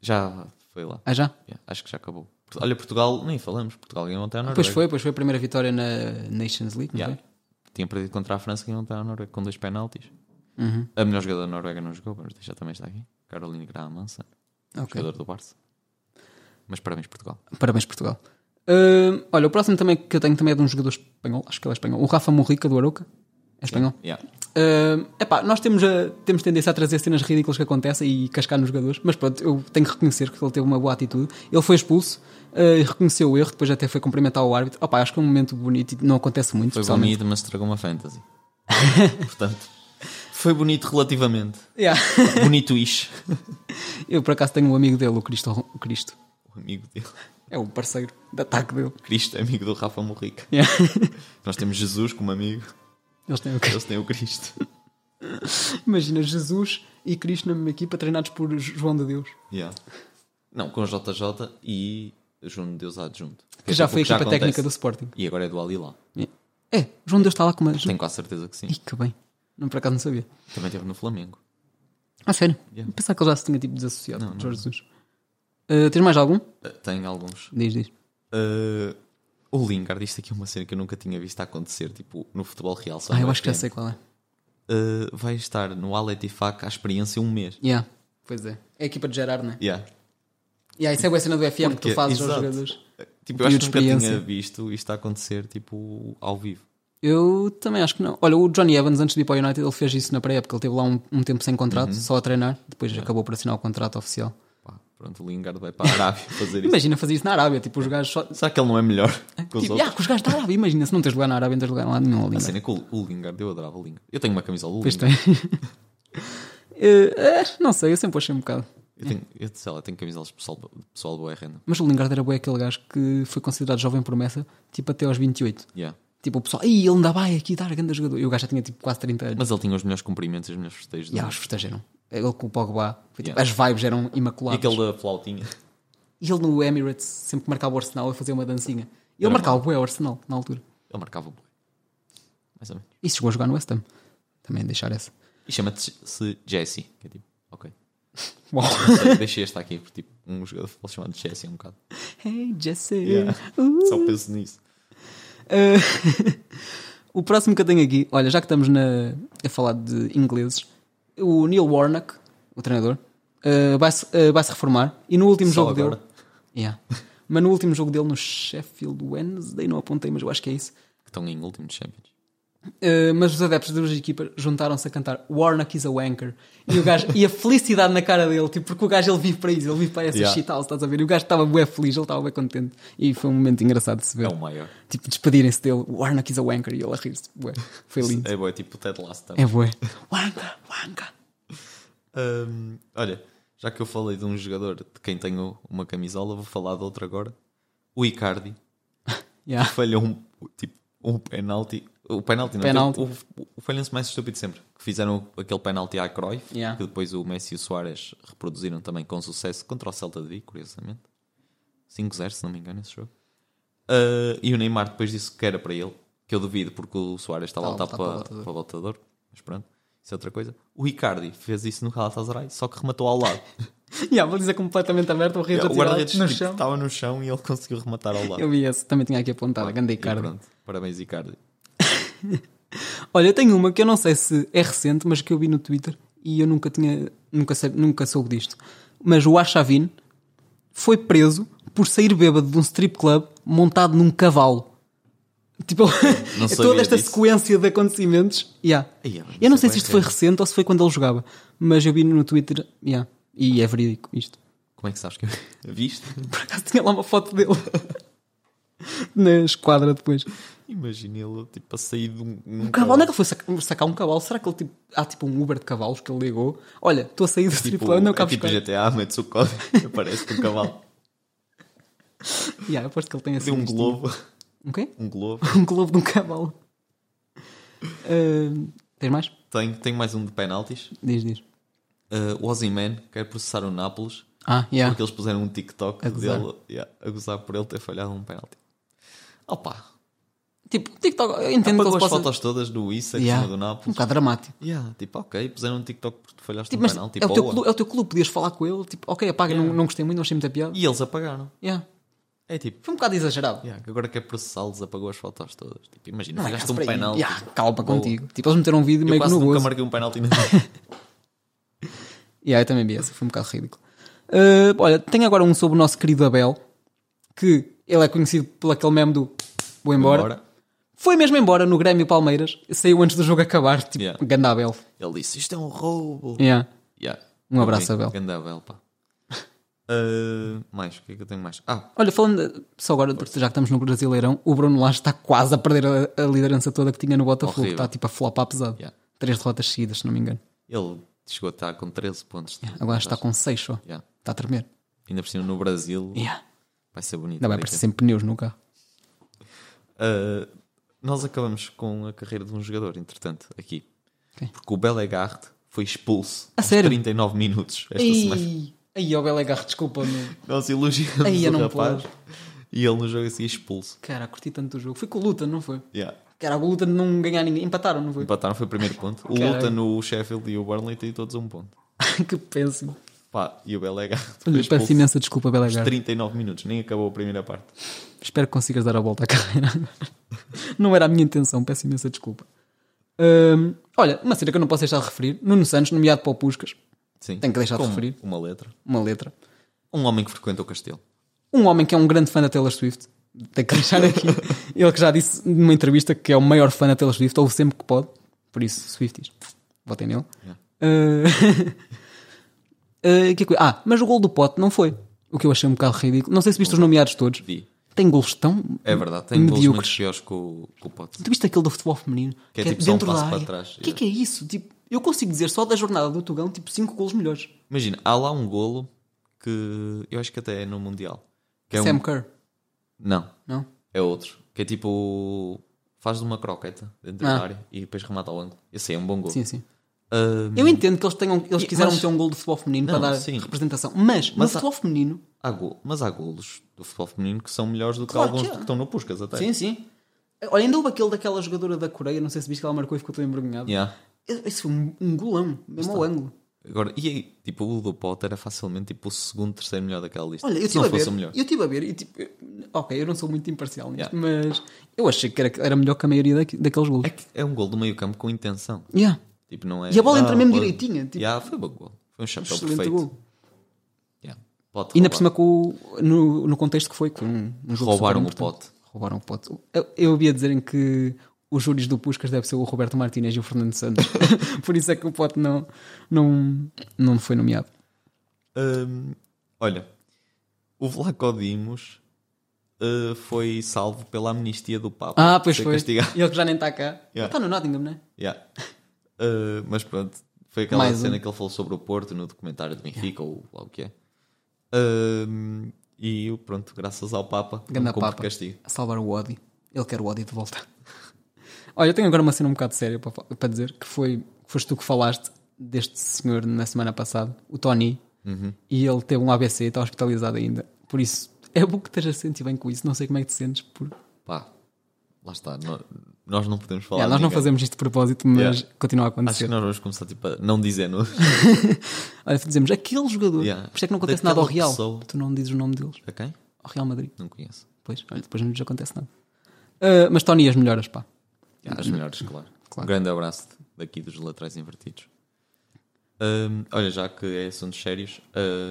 S3: já foi lá.
S2: Ah, já?
S3: Yeah, acho que já acabou. Port- Olha, Portugal, nem falamos, Portugal ganhou ontem à Noruega.
S2: Ah, Pois foi, Uhum. pois foi a primeira vitória na Nations League, não
S3: Yeah.
S2: foi?
S3: Tinha perdido contra a França e não está a Noruega com dois penaltis.
S2: Uhum.
S3: A melhor jogadora da Noruega não jogou, mas já também está aqui. Caroline Grahamansa,
S2: Ok.
S3: um jogador do Barça. Mas parabéns, Portugal.
S2: Parabéns, Portugal. Hum, olha, o próximo também que eu tenho também é de um jogador espanhol, acho que ele é espanhol, o Rafa Morrica do Aroca. É espanhol?
S3: Yeah.
S2: Hum, epá, nós temos, a- temos tendência a trazer cenas ridículas que acontecem e cascar nos jogadores, mas pronto, eu tenho que reconhecer que ele teve uma boa atitude. Ele foi expulso, eh, reconheceu o erro, depois até foi cumprimentar o árbitro. Opá, acho que é um momento bonito e não acontece muito,
S3: Foi
S2: especialmente.
S3: bonito, mas estragou uma fantasy. [LAUGHS] Portanto, foi bonito relativamente.
S2: Yeah. [LAUGHS]
S3: Bonito ish.
S2: Eu por acaso tenho um amigo dele, o Cristo. O Cristo.
S3: O amigo dele.
S2: É o parceiro de ataque dele.
S3: Cristo, é amigo do Rafa Morrica.
S2: Yeah. [LAUGHS]
S3: Nós temos Jesus como amigo,
S2: Eles têm o
S3: eles têm o Cristo.
S2: Imagina Jesus e Cristo na mesma equipa treinados por João de Deus.
S3: Yeah. Não, com JJ e João de Deus adjunto.
S2: Que já foi a
S3: que é, já
S2: equipa
S3: acontece.
S2: técnica do Sporting.
S3: E agora é do Alilá.
S2: É, João de Deus está lá com uma.
S3: Tenho quase certeza que sim.
S2: Ih, que bem. Não, por acaso não sabia.
S3: Também teve no Flamengo.
S2: Ah, sério?
S3: Yeah.
S2: Pensava que ele já se tinha tipo desassociado de Jorge Jesus. Ah, tens mais algum?
S3: Uh, Tem alguns.
S2: Diz, diz.
S3: Uh, o Lingard, isto aqui é uma cena que eu nunca tinha visto acontecer, tipo, no futebol real. só
S2: Ah, eu
S3: no
S2: acho que já
S3: FM.
S2: sei qual é.
S3: Uh, vai estar no Al Ettifaq à experiência um mês.
S2: Yeah. Pois é. É a equipa de Gerard, não é?
S3: Yeah.
S2: E aí, isso é a cena do FM que tu
S3: Porque-
S2: fazes aos
S3: exato.
S2: jogadores.
S3: Tipo, eu
S2: Período
S3: acho que nunca
S2: de
S3: tinha
S2: experiência.
S3: visto isto a acontecer, tipo, ao vivo.
S2: Eu também acho que não. Olha, o Johnny Evans, antes de ir para o United, ele fez isso na pré-época. Ele teve lá um, um tempo sem
S3: Uhum.
S2: contrato, só a treinar. Depois acabou por assinar o contrato oficial.
S3: Pá, pronto, o Lingard vai para a Arábia [LAUGHS] fazer isso.
S2: Imagina fazer isso na Arábia. Tipo, os gajos só.
S3: Será que ele não é melhor que os
S2: Tipo,
S3: outros?
S2: ah, com os gajos da Arábia. Imagina, se não tens lugar na Arábia, não tens lugar lá nenhum ali. não
S3: A
S2: é?
S3: cena é que o o Lingard, eu adorava o Lingard. Eu tenho uma camisola do
S2: Pois
S3: Lingard.
S2: tem. [LAUGHS] Eh, eh, não sei, eu sempre achei um bocado.
S3: Eu tenho, eu, sei lá, tenho camisolas de pessoal, de pessoal do RN.
S2: Mas o Lingard era bué aquele gajo que foi considerado jovem promessa, tipo até aos 28.
S3: Yeah.
S2: Tipo, o pessoal, Ih, ele ainda vai aqui dar grande jogador. E o gajo já tinha tipo quase 30 anos.
S3: Mas ele tinha os melhores cumprimentos e os melhores festejos. do
S2: E ah, os festejaram. Ele com o Pogba. Foi, tipo,
S3: Yeah.
S2: As vibes eram
S3: mundo. E
S2: imaculadas.
S3: aquele da flautinha.
S2: E ele no Emirates, sempre que marcava o Arsenal, eu fazia uma dancinha. Ele
S3: Era
S2: marcava bué o Arsenal, na altura.
S3: Ele marcava boi. Mais ou menos.
S2: E chegou a jogar no West Ham. Também deixar essa.
S3: E chama-se Jesse. Que é tipo, ok.
S2: Uau.
S3: Não sei, Deixei este aqui porque tipo, um jogador de futebol chamado Jesse é um bocado.
S2: [LAUGHS] Hey, Jesse.
S3: Yeah.
S2: [LAUGHS] Uh.
S3: Só penso nisso.
S2: Eh, [LAUGHS] o próximo que eu tenho aqui, olha, já que estamos na- a falar de ingleses, o Neil Warnock, o treinador, eh, vai-se eh, vai-se reformar e no último
S3: Só
S2: jogo
S3: agora?
S2: dele. Yeah. mas no último jogo dele no Sheffield Wednesday, não apontei, mas eu acho que é isso.
S3: que estão em último de Champions.
S2: Uh, mas os adeptos das duas equipas juntaram-se a cantar Warnock is a wanker e, o gajo, e a felicidade na cara dele, tipo, porque o gajo ele vive para isso, ele vive para essa
S3: Yeah.
S2: shit house, estás a ver? E o gajo estava bem feliz, ele estava bem contente e foi um momento engraçado de se ver.
S3: É o maior.
S2: Tipo, despedirem-se dele, Warnock is a wanker e ele a rir-se. bué. Foi lindo.
S3: É bom, é tipo o Ted Lasso também.
S2: É bué. Wanker, wanker.
S3: Hum, olha, já que eu falei de um jogador de quem tenho uma camisola, vou falar de outro agora. O Icardi
S2: Yeah.
S3: falhou um, tipo, um penalti. O penalti não
S2: Penalti.
S3: teve- O, o falhanço mais estúpido de sempre. Que fizeram aquele penalti à Cruyff,
S2: Yeah.
S3: que depois o Messi e o Soares reproduziram também com sucesso contra o Celta de Vigo, curiosamente. 5-0, se não me engano, esse jogo. Ah, e o Neymar depois disse que era para ele, que eu duvido, porque o Soares está a
S2: Tá,
S3: voltar
S2: tá para
S3: para,
S2: o
S3: para,
S2: Baltador.
S3: o Baltador. Mas pronto, isso é outra coisa. O Icardi fez isso no Galatasaray, só que rematou
S2: [LAUGHS]
S3: ao lado.
S2: Yeah, vou dizer completamente aberto, o rir
S3: o guarda-redes
S2: no
S3: tipo,
S2: chão.
S3: estava no chão e ele conseguiu rematar ao lado.
S2: Eu vi esse, também tinha aqui apontado, grande
S3: E
S2: Icardi.
S3: pronto, parabéns, Icardi.
S2: Olha, eu tenho uma que eu não sei se é recente, mas que eu vi no Twitter e eu nunca tinha, nunca, sei- nunca soube disto. Mas o Achavin foi preso por sair bêbado de um strip club montado num cavalo. Tipo,
S3: não
S2: [LAUGHS] é
S3: sabia
S2: toda esta
S3: disso.
S2: sequência de acontecimentos. Yeah.
S3: Ai, eu não
S2: eu não sei
S3: sei
S2: se
S3: bem
S2: isto
S3: quem
S2: foi
S3: é.
S2: recente ou se foi quando ele jogava, mas eu vi no Twitter yeah. e é verídico isto. [LAUGHS]
S3: Como é que sabes que eu... [LAUGHS] Viste?
S2: Por acaso tinha lá uma foto dele [LAUGHS] na esquadra depois.
S3: Imagina ele tipo, a sair de um, um
S2: Um cavalo, onde é que ele foi saca- sacar um cavalo? Será que ele tipo, há tipo um Uber de cavalos que ele ligou? Olha, estou a sair do strip
S3: Tipo,
S2: club, não
S3: é
S2: cabe
S3: tipo
S2: buscar.
S3: GTA, metes o código, [LAUGHS] aparece com um
S2: [LAUGHS]
S3: cavalo.
S2: Yeah, aposto que ele tem assim
S3: Tem um
S2: vestido.
S3: globo.
S2: Um quê? [LAUGHS]
S3: Um globo.
S2: Um globo de um cavalo. [LAUGHS] Ah, tens mais?
S3: Tenho, tenho mais um de penaltis.
S2: Diz, diz.
S3: Uh, o Ozyman quer processar o Nápoles
S2: Ah, yeah.
S3: porque eles puseram um TikTok
S2: A gozar.
S3: dele yeah, a gozar por ele ter falhado um penalti. Opa!
S2: Tipo, TikTok, eu entendo que
S3: Apagou
S2: eles
S3: as
S2: possam...
S3: fotos todas do Issa em
S2: Yeah.
S3: cima do
S2: Um
S3: Nápoles.
S2: bocado dramático.
S3: Yeah, tipo, ok, puseram um TikTok porque tu falhaste
S2: Tipo,
S3: um
S2: mas
S3: penalti.
S2: é, o teu
S3: boa.
S2: clube, é o teu clube, podias falar com ele. Tipo, ok, apaga, não, não gostei muito, não achei muita piada.
S3: E eles apagaram.
S2: Yeah.
S3: É tipo,
S2: Foi um bocado exagerado.
S3: yeah, que agora quer processá-los, apagou as fotos todas. Tipo, imagina,
S2: Não é
S3: falhaste um
S2: por aí.
S3: penalti.
S2: Yeah, calma
S3: Boa.
S2: contigo. Tipo, eles meteram um vídeo
S3: Eu
S2: meio que
S3: quase
S2: no
S3: nunca
S2: gozo.
S3: marquei um
S2: [LAUGHS]
S3: penalti na
S2: E aí também vi essa, foi um bocado ridículo. Uh, olha, tenho agora um sobre o nosso querido Abel, que ele é conhecido por aquele meme do vou embora.
S3: Embora.
S2: Foi mesmo embora no Grêmio Palmeiras, saiu antes do jogo acabar, tipo,
S3: Yeah.
S2: ganda Abel.
S3: Ele disse: Isto é um roubo.
S2: Yeah.
S3: Yeah.
S2: Um abraço,
S3: Ok,
S2: Abel.
S3: Grande Abel, pá. [LAUGHS] Uh, mais, o que é que eu tenho mais? Ah,
S2: Olha, falando de- só agora, já que estamos no Brasileirão, o Bruno Lage está quase a perder a, a liderança toda que tinha no Botafogo,
S3: Horrível.
S2: está tipo a flopar pesado.
S3: Yeah.
S2: Três derrotas seguidas, se não me engano.
S3: ele chegou a estar com 13 pontos.
S2: Agora está com seis só.
S3: Yeah.
S2: Está a tremer.
S3: Ainda por cima no Brasil
S2: Yeah.
S3: vai ser bonito.
S2: Ainda vai
S3: Vai
S2: aparecer sempre pneus no carro.
S3: ter. Uh, nós acabamos com a carreira de um jogador, entretanto, aqui.
S2: Quem?
S3: Porque o Belegarde foi expulso
S2: A
S3: aos
S2: sério?
S3: 39 minutos esta semana.
S2: Ei, ei, ó Belegar, desculpa-me.
S3: Nós elogiamos
S2: Ei, eu
S3: o
S2: não
S3: rapaz e ele no jogo assim expulso.
S2: Cara, curti tanto o jogo. Foi com o Luton, não foi?
S3: Yeah.
S2: Cara, o Luton não ganhar ninguém. Empataram, não foi? [LAUGHS]
S3: Empataram, foi o primeiro ponto. O
S2: Caralho.
S3: Luton, o Sheffield e o Burnley têm todos um ponto.
S2: que péssimo.
S3: Pá, e o Belegarde foi
S2: Olha,
S3: expulso
S2: peço imensa desculpa,
S3: aos
S2: Belegar.
S3: 39 minutos, nem acabou a primeira parte.
S2: Espero que consigas dar a volta à [LAUGHS] carreira. não era a minha intenção, peço imensa desculpa. Hum, olha, uma cena que eu não posso deixar de referir. Nuno Santos, nomeado para o Puscas.
S3: Sim.
S2: Tenho que deixar de
S3: Com
S2: referir.
S3: Uma letra.
S2: Uma letra.
S3: Um homem que frequenta o castelo.
S2: Um homem que é um grande fã da Taylor Swift. Tenho que deixar aqui.
S3: [LAUGHS]
S2: Ele que já disse numa entrevista que é o maior fã da Taylor Swift. Ouve sempre que pode. Por isso, Swifties, votem nele.
S3: Yeah.
S2: [LAUGHS] Uh, uh, que coi- Ah, mas o gol do pote não foi. O que eu achei um bocado ridículo. Não sei se viste os nomeados todos.
S3: Vi.
S2: Tem golos tão.
S3: É verdade, tem gols
S2: medíocres.
S3: muito piores que o, que o Pote.
S2: Tu viste aquele do futebol feminino?
S3: Que é tipo só um
S2: dentro da
S3: passo
S2: área.
S3: para trás,
S2: O que é que é isso? Tipo, eu consigo dizer só da jornada do Tugão, tipo, 5 golos melhores.
S3: Imagina, há lá um golo que eu acho que até é no Mundial. Que é um-
S2: Sam Kerr,
S3: Não,
S2: não?
S3: é outro. Que é tipo. Faz uma croqueta dentro
S2: Ah.
S3: da área e depois remata ao ângulo. Esse aí é um bom gol.
S2: Sim, sim.
S3: Ah,
S2: Eu entendo que eles, tenham, eles
S3: E-
S2: quiseram
S3: mas-
S2: meter um gol de futebol feminino
S3: Não,
S2: para dar
S3: sim.
S2: representação. Mas, no
S3: Mas há-
S2: futebol feminino.
S3: há gol- Mas há golos do futebol feminino que são melhores do que
S2: Claro
S3: alguns
S2: que
S3: que,
S2: é.
S3: estão no Puscas até.
S2: Sim, sim. Olha, ainda houve aquele daquela jogadora da Coreia, não sei se viste que ela marcou e ficou tão embrulhada.
S3: Yeah. tá.
S2: Esse foi um, um golão, mesmo ao ângulo.
S3: Agora, e aí, tipo, o do Pote era facilmente tipo, o segundo, terceiro melhor daquela lista.
S2: Olha, eu
S3: Se não
S2: estive a
S3: fosse
S2: ver,
S3: o melhor.
S2: eu estive a ver e tipo, eu- ok, eu não sou muito imparcial nisto, mas eu achei que era, era melhor que a maioria daqu- daqueles gols.
S3: É que é um gol do meio campo com intenção.
S2: Yeah.
S3: Tipo, não é...
S2: E a bola entra
S3: Ah,
S2: mesmo
S3: pode-
S2: direitinha, tipo-
S3: Yeah, foi um bom gol. Foi um chapéu
S2: Excelente
S3: perfeito.
S2: gol.
S3: Yeah. Pote
S2: E ainda
S3: roubado.
S2: por cima com o- no, no contexto que foi, que foi um, um jogo
S3: Roubaram
S2: super
S3: o
S2: importante.
S3: pote.
S2: Roubaram o pote. Eu, eu ouvi a dizerem que os júris do Puscas deve ser o Roberto Martínez e o Fernando Santos. [LAUGHS] por isso é que o pote não, não, não foi nomeado.
S3: Hum, olha, o Vlaco Dimos uh, foi salvo pela amnistia do Papa.
S2: Ah, pois
S3: Ser
S2: foi.
S3: Oh, castigado.
S2: Ele que já nem está cá. Ele
S3: Yeah.
S2: Está no Nottingham, não é?
S3: Yeah. [LAUGHS] Uh, mas pronto, foi aquela
S2: Mais um.
S3: cena que ele falou sobre o Porto no documentário do Benfica, ou lá o que é. Hum, e pronto, graças ao Papa,
S2: Ganda
S3: não cumpre
S2: Papa.
S3: castigo.
S2: A salvar o Odi. Ele quer o Odi de volta. [LAUGHS] Olha, eu tenho agora uma cena um bocado séria para, fa- para dizer, que foi que foste tu que falaste deste senhor na semana passada, o Tony,
S3: Uhum.
S2: e ele teve um ABC e está hospitalizado ainda. Por isso, é bom que estejas a sentir bem com isso. Não sei como é que te sentes, porque
S3: Pá, lá está. no- nós não podemos falar.
S2: Yeah,
S3: de
S2: nós não
S3: ninguém.
S2: fazemos isto de propósito, mas
S3: Yeah.
S2: continua a
S3: Acho
S2: acontecer.
S3: que nós vamos começar tipo, a não dizer
S2: [LAUGHS]
S3: nos
S2: Olha, dizemos aquele jogador,
S3: Yeah.
S2: por isso é que não acontece nada ao
S3: Daquela
S2: Real.
S3: pessoa.
S2: Tu não dizes o nome deles,
S3: a quem?
S2: ao Real Madrid.
S3: Não conheço.
S2: Pois, olha, depois não lhes acontece nada. Ah, mas Tony, as melhoras, pá.
S3: Yeah, as melhores, claro.
S2: Claro.
S3: Um grande abraço daqui dos laterais invertidos. Hum, olha, já que é assuntos sérios,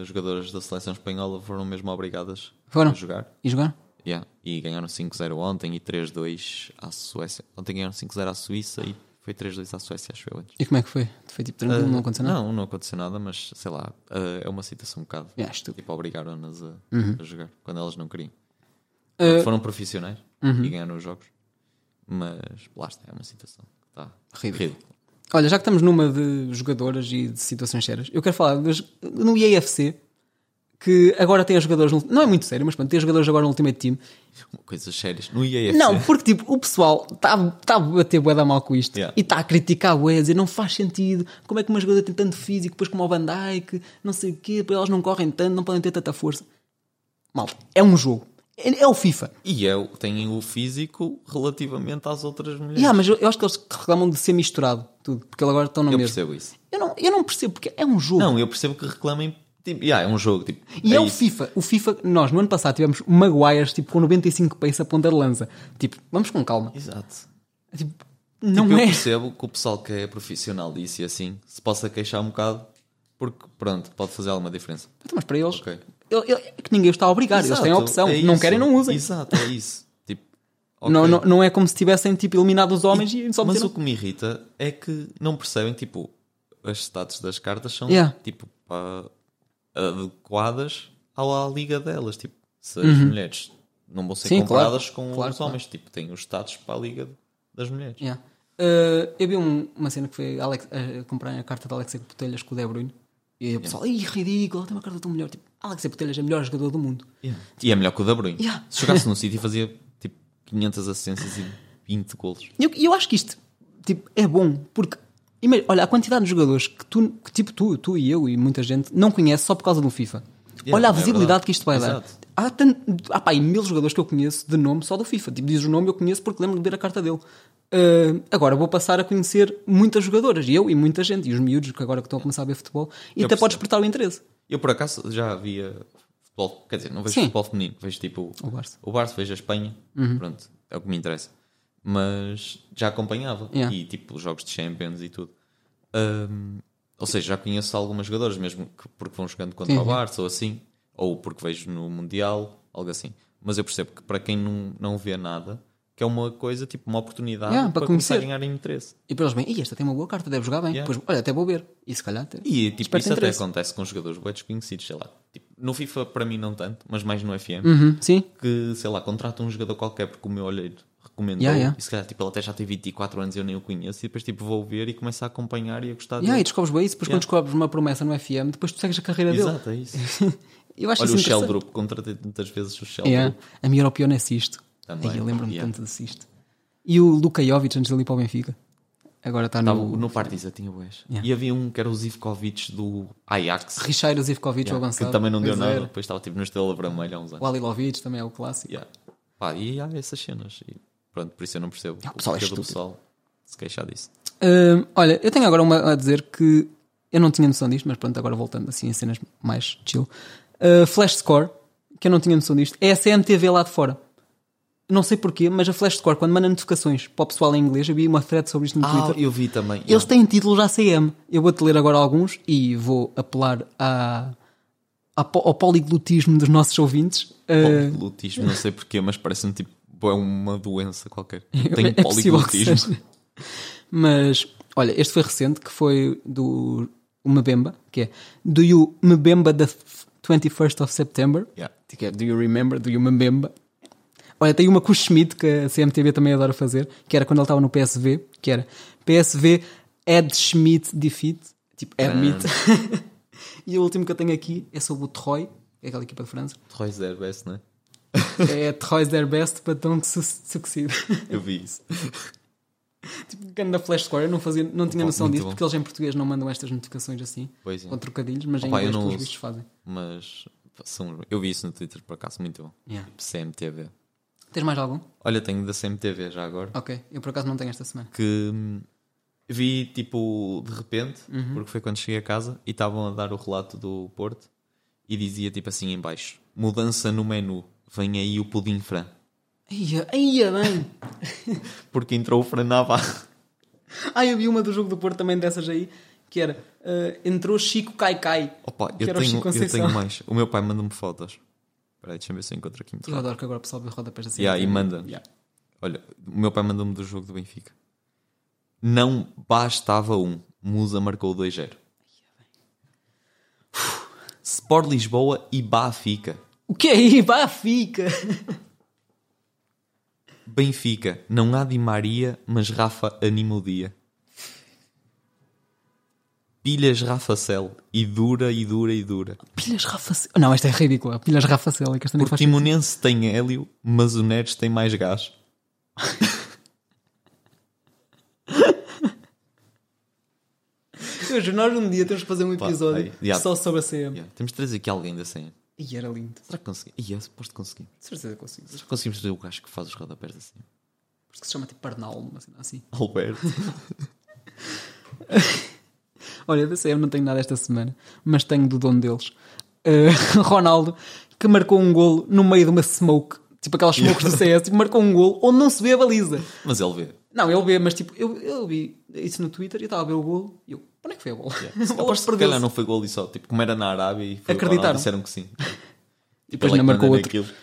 S3: as jogadoras da seleção espanhola foram mesmo obrigadas
S2: Foram.
S3: a jogar.
S2: E jogar?
S3: Yeah. E ganharam 5-0 ontem e 3-2 à Suécia. Ontem ganharam 5-0 à Suíça e foi 3-2 à Suécia, acho eu antes.
S2: E como é que foi? Foi tipo
S3: Ah,
S2: tranquilo, não aconteceu nada?
S3: Não, não aconteceu nada, mas sei lá, ah, é uma situação um bocado.
S2: Yeah, estúpido. Uhum.
S3: Tipo, obrigaram-nas a, a jogar quando elas não queriam.
S2: Ah. uhum.
S3: Foram profissionais e ganharam os jogos, mas lá está, é uma situação que está
S2: Ridículo.
S3: ridícula.
S2: Olha, já que estamos numa de jogadoras e de situações sérias, eu quero falar das- no IAFC que agora tem as jogadoras, no- não é muito sério, mas pronto, tem as jogadoras agora no Ultimate Team.
S3: Coisas sérias. No IAFC.
S2: Não, porque tipo, o pessoal está tá a bater bué da mal com isto
S3: Yeah.
S2: e está a criticar bué, a dizer não faz sentido, como é que uma jogadora tem tanto físico, depois como o Van Dijk, não sei o quê, depois elas não correm tanto, não podem ter tanta força. Mal, é um jogo. É, é o FIFA.
S3: E eu tenho o físico relativamente às outras mulheres.
S2: Yeah, mas eu, eu acho que eles reclamam de ser misturado tudo, porque agora estão na
S3: eu
S2: mesma.
S3: percebo isso.
S2: Eu não, eu não percebo, porque é um jogo.
S3: Não, eu percebo que reclamem. Tipo, yeah, é um jogo. Tipo,
S2: E é, o
S3: isso.
S2: FIFA. O FIFA, nós no ano passado tivemos Maguires tipo, com 95 pace a ponta de lança. Tipo, vamos com calma.
S3: Exato.
S2: Tipo, não
S3: Tipo,
S2: é. [LAUGHS]
S3: Eu percebo que o pessoal que é profissional disso e assim se possa queixar um bocado, porque pronto, pode fazer alguma diferença.
S2: Então, Mas para eles,
S3: Ok.
S2: eu- eu- é que ninguém os está a obrigar. eles têm a
S3: Exato,
S2: opção.
S3: é
S2: não
S3: isso.
S2: querem, não usem.
S3: Exato, é isso. Tipo,
S2: [LAUGHS]
S3: ok.
S2: Não, não, não é como se tivessem tipo, eliminado os homens e, só
S3: Mas
S2: meteram.
S3: o que me irrita é que não percebem, tipo, as status das cartas são,
S2: Yeah.
S3: tipo, pá, adequadas à, à liga delas. Tipo, se as mulheres não vão ser
S2: Uhum. Sim,
S3: comparadas
S2: claro.
S3: com
S2: Claro,
S3: os homens, tipo, têm os status para a liga das mulheres.
S2: Yeah. Uh, eu vi um- uma cena que foi Alex, a comprar a carta de Alexei Botelhas com o De Bruyne. E o pessoal, ih, ridículo, tem uma carta tão melhor. Tipo, Alexei Botelhas é o melhor jogador do mundo.
S3: Yeah. E é melhor que o da Bruyne.
S2: Yeah.
S3: Se jogasse num sítio e fazia, tipo, 500 assistências e 20 golos.
S2: E eu, e eu acho que isto tipo, é bom, porque ima- olha, a quantidade de jogadores que, tu, que tipo tu, tu e eu e muita gente não conhece só por causa do FIFA.
S3: Yeah,
S2: olha a
S3: é
S2: visibilidade
S3: verdade.
S2: que isto vai
S3: Exato.
S2: dar. Há, tan- há pá, aí mil jogadores que eu conheço de nome só do FIFA. Tipo, diz o nome, eu conheço porque lembro de ver a carta dele. Ah, agora vou passar a conhecer muitas jogadoras, e eu e muita gente, e os miúdos que agora que estão a começar a ver futebol, e
S3: Eu
S2: até pode
S3: percebo.
S2: despertar o interesse.
S3: Eu, por acaso, já via futebol, quer dizer, não vejo
S2: Sim.
S3: futebol feminino, vejo tipo
S2: O Barça. Uhum.
S3: o vejo a Espanha, pronto, é o que me interessa. Mas já acompanhava
S2: Yeah.
S3: e tipo os jogos de Champions e tudo. Ahm, ou seja, já conheço algumas jogadoras, mesmo que- porque vão jogando contra
S2: Sim,
S3: o
S2: sim.
S3: Barça ou assim, ou porque vejo no Mundial, algo assim. Mas eu percebo que para quem não, não vê nada, que é uma coisa, tipo, uma oportunidade
S2: Yeah, para
S3: para, começar a
S2: conhecer.
S3: ganhar interesse.
S2: E para eles bem, "Ih, esta tem uma boa carta, deve jogar bem.
S3: Yeah.
S2: Depois, olha, até vou ver. E se calhar até.
S3: E tipo,
S2: Desperta
S3: isso até
S2: interesse.
S3: acontece com jogadores bem desconhecidos, sei lá. Tipo, no FIFA, para mim, não tanto, mas mais no FM.
S2: Uhum, sim,
S3: que, sei lá, contrata um jogador qualquer porque o meu olheiro recomendou
S2: Yeah, yeah.
S3: e se calhar tipo, ele até já tem 24 anos e eu nem o conheço e depois tipo, vou ver e começo a acompanhar e a gostar
S2: Yeah, e
S3: dele.
S2: descobres bem isso, depois quando descobres uma promessa no FM, depois tu segues a carreira dele.
S3: Exato, é
S2: [LAUGHS]
S3: isso.
S2: Eu acho
S3: Olha o
S2: isso
S3: Shell
S2: interessante.
S3: Group, contratei muitas vezes o Shell
S2: Yeah.
S3: Group.
S2: É, A minha europeona é Sisto.
S3: Também.
S2: Aí eu lembro-me
S3: Yeah.
S2: tanto de Sisto. E o Luka Jovic antes de ele ir para o Benfica. Agora está
S3: Estava
S2: no
S3: no Partizan, tinha boés.
S2: Yeah.
S3: E havia um que era o Zivkovic do Ajax,
S2: Richeiro Zivkovic ou
S3: que
S2: Gonçalo.
S3: também não deu
S2: Pois
S3: nada,
S2: era.
S3: depois estava tipo no Estrela Vermelha há uns anos.
S2: O Alilovic também é o clássico.
S3: Yeah. Pá, e há essas cenas. E pronto, por isso eu não percebo
S2: o pessoal é
S3: porquê do
S2: estúpido.
S3: pessoal se queixar disso.
S2: Hum, olha, eu tenho agora uma a dizer que eu não tinha noção disto, mas pronto, agora voltando assim em cenas mais chill. Uh, Flash Score, que eu não tinha noção disto, é a CMTV lá de fora. não sei porquê, mas a Flashscore, quando manda notificações para o pessoal em inglês, eu vi uma thread sobre isto no
S3: Ah,
S2: Twitter.
S3: eu vi também.
S2: Eles têm títulos ACM. Eu vou-te ler agora alguns e vou apelar à- à po- ao poliglutismo dos nossos ouvintes. Ah,
S3: Poliglutismo, não sei porquê, mas parece-me tipo. É uma doença qualquer.
S2: [LAUGHS] É
S3: Tem
S2: possível que
S3: poliglutismo.
S2: seja. Mas, olha, este foi recente, que foi do Mebemba, que é Do you Mebemba the 21st of September?
S3: [LAUGHS] Yeah. Tipo,
S2: Que é, Do you remember? Do you Mebemba? Olha, tem uma com o Schmidt, que a CMTV também adora fazer, que era quando ele estava no PSV, que era PSV Ed Schmidt defeat, tipo admit. [LAUGHS] e o último que eu tenho aqui é sobre o Troy, que é aquela equipa de França.
S3: Troy Zerbest, não é?
S2: É Troy's their best, but don't su- succeed. [LAUGHS]
S3: Eu vi isso.
S2: Ganda Flash Score, eu não, fazia, não tinha
S3: Opa,
S2: noção
S3: muito
S2: disso,
S3: bom.
S2: porque eles em português não mandam estas notificações assim,
S3: Pois é.
S2: com trocadilhos, mas em
S3: Opa, eu
S2: inglês
S3: não
S2: pelos
S3: uso.
S2: vistos fazem.
S3: Mas pá, são, eu vi isso no Twitter por acaso, muito bom. Tipo,
S2: Yeah.
S3: CMTV.
S2: Tens mais algum?
S3: Olha, tenho da CMTV já agora.
S2: Ok, eu por acaso não tenho esta semana.
S3: Que hum, vi tipo de repente,
S2: Uhum.
S3: porque foi quando cheguei a casa e estavam a dar o relato do Porto e dizia tipo assim em baixo: mudança no menu, vem aí o pudim fran.
S2: Ia, ia bem!
S3: Porque entrou o Fran Navarro.
S2: [LAUGHS] ah, eu vi uma do jogo do Porto também dessas aí, que era eh, entrou Chico Cai Cai.
S3: Opa,
S2: que
S3: eu
S2: era o
S3: tenho,
S2: Chico
S3: eu
S2: Conceição.
S3: tenho mais. O meu pai manda-me fotos. Espera aí, deixa eu ver se eu encontro aqui muito
S2: Eu
S3: rápido.
S2: adoro que agora o pessoal vê rodapés assim.
S3: Yeah, e manda.
S2: Yeah.
S3: Olha, o meu pai mandou-me do jogo do Benfica. Não bastava um. Musa marcou 2-0. Sport Lisboa e Benfica.
S2: O que é aí? Vá, fica!
S3: Benfica. Não há Di Maria, mas Rafa anima o dia. Pilhas Rafa Cel. E dura, e dura, e dura.
S2: Pilhas Rafacel. Não, esta é ridícula. Pilhas Rafacel, é que esta nem faz
S3: Portimonense tem hélio, mas o Neres tem mais gás.
S2: sentido. Nós um dia temos que fazer um episódio
S3: aí, é, yeah.
S2: só sobre a CM.
S3: Yeah, Temos de trazer aqui alguém da CM.
S2: E era lindo.
S3: Será que conseguimos? Ia, suposto que conseguimos.
S2: De certeza que consigo.
S3: Será que conseguimos trazer o gajo que faz os rodapés assim?
S2: Porque se chama tipo Parnal, assim. assim.
S3: Alberto.
S2: Olha, da CM não tenho nada esta semana, mas tenho do dono deles. Eh, [LAUGHS] Ronaldo, que marcou um golo no meio de uma smoke, tipo aquelas smokes do CS, tipo, marcou um golo onde não se vê a baliza.
S3: [LAUGHS] Mas ele vê.
S2: Não, ele vê, mas tipo, eu, eu vi isso no Twitter e estava a ver o golo e eu, onde é que foi a bola? [LAUGHS] A bola
S3: Aposto que se
S2: perdeu-se.
S3: calhar não foi gol e só. Tipo, como era na Arábia e foi
S2: Acreditaram.
S3: Ronaldo, disseram que sim.
S2: E depois
S3: Ele é
S2: ainda
S3: que
S2: marcou
S3: manda
S2: outro.
S3: naquilo.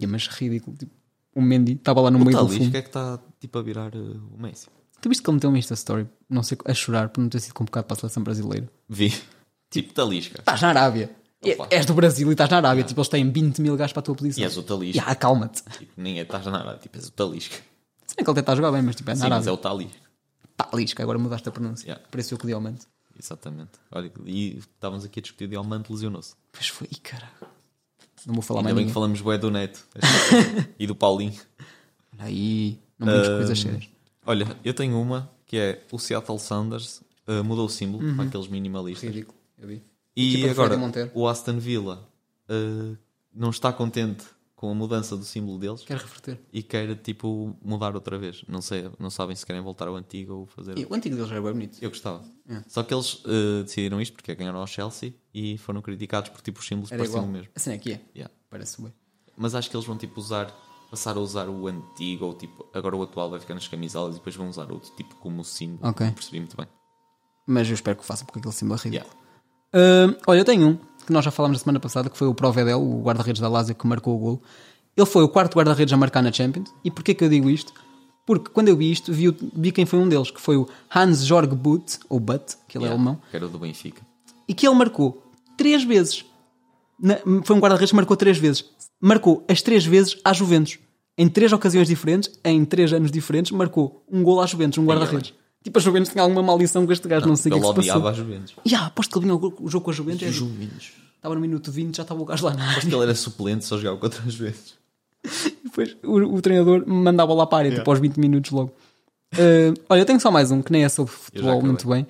S2: Ia, mas ridículo, tipo, o Mendy estava lá no meio
S3: Tá
S2: do
S3: lixo,
S2: fundo.
S3: que é que está tipo a virar uh, o Messi?
S2: Tu viste que ele meteu uma Insta Story, não sei, a chorar por não ter sido convocado para a seleção brasileira?
S3: Vi. Tipo Talisca.
S2: Estás na Arábia. E-
S3: Opa.
S2: És do Brasil e estás na Arábia. Tipo, eles têm 20 mil gajos para a tua posição.
S3: E és o Talisca.
S2: Yeah, acalma-te.
S3: Tipo, nem é estás na Arábia. Tipo, és o Talisca.
S2: Se bem que ele até está a jogar bem, mas tipo, é na
S3: Sim, mas é
S2: Arábia.
S3: o Talisca.
S2: Talisca, agora mudaste a pronúncia.
S3: Yeah.
S2: Por isso eu que ao manto.
S3: Exatamente. Olha, e estávamos aqui a discutir de Almante lesionou-se.
S2: Pois foi, Ih, caralho. Não vou falar
S3: Ainda
S2: mais
S3: bem que
S2: ninguém.
S3: falamos bué do Neto.
S2: [LAUGHS]
S3: Esta- e do Paulinho.
S2: Olha Aí, não me digas coisas sérias.
S3: Olha, eu tenho uma que é o Seattle Sanders uh, mudou o símbolo para aqueles minimalistas.
S2: Ridículo, eu vi.
S3: E
S2: Uhum. Equipa de
S3: agora,
S2: Freddy Monteiro.
S3: o Aston Villa uh, não está contente com a mudança do símbolo deles
S2: Quero reverter.
S3: e quer, tipo, mudar outra vez. Não, sei, não sabem se querem voltar ao antigo ou fazer.
S2: E o antigo deles era bem bonito.
S3: Eu gostava.
S2: É.
S3: Só que eles uh, decidiram isto porque ganharam ao Chelsea e foram criticados por tipo os símbolos
S2: Era
S3: pareciam
S2: igual.
S3: o mesmo.
S2: Assim é que é.
S3: Yeah.
S2: Parece bem.
S3: Mas acho que eles vão tipo usar, passar a usar o antigo ou tipo, agora o atual vai ficar nas camisolas e depois vão usar outro tipo como símbolo.
S2: Ok.
S3: Não percebi muito bem.
S2: Mas eu espero que o faça porque aquele símbolo é ridículo.
S3: Yeah.
S2: Ah, olha, eu tenho um que nós já falámos na semana passada, que foi o Provedel, o guarda-redes da Lazio, que marcou o golo. Ele foi o quarto guarda-redes a marcar na Champions. E porquê que eu digo isto? Porque quando eu vi isto, vi, o- vi quem foi um deles, que foi o Hans-Jorg Butt, ou Butt, que ele é
S3: Yeah.
S2: alemão,
S3: Que era o do Benfica.
S2: e que ele marcou três vezes. Na- foi um guarda-redes que marcou três vezes. Marcou as três vezes à Juventus. Em três ocasiões diferentes, em três anos diferentes, marcou um gol à Juventus, um guarda-redes. Tipo, a Juventus tinha alguma maldição com este gajo, não, sei o que é
S3: é Ele
S2: que se
S3: odiava
S2: passou.
S3: a Juventus.
S2: E ah, aposto que ele vinha ao- o jogo com a Juventus. é, tipo,
S3: Juventus.
S2: Estava no minuto 20, já estava o gajo lá na área.
S3: Porque ele era suplente, só jogava contra as vezes.
S2: Depois o, o treinador mandava lá para a área, tipo aos 20 minutos logo. Eh, olha, eu tenho só mais um, que nem é sobre futebol
S3: acabei.
S2: muito bem,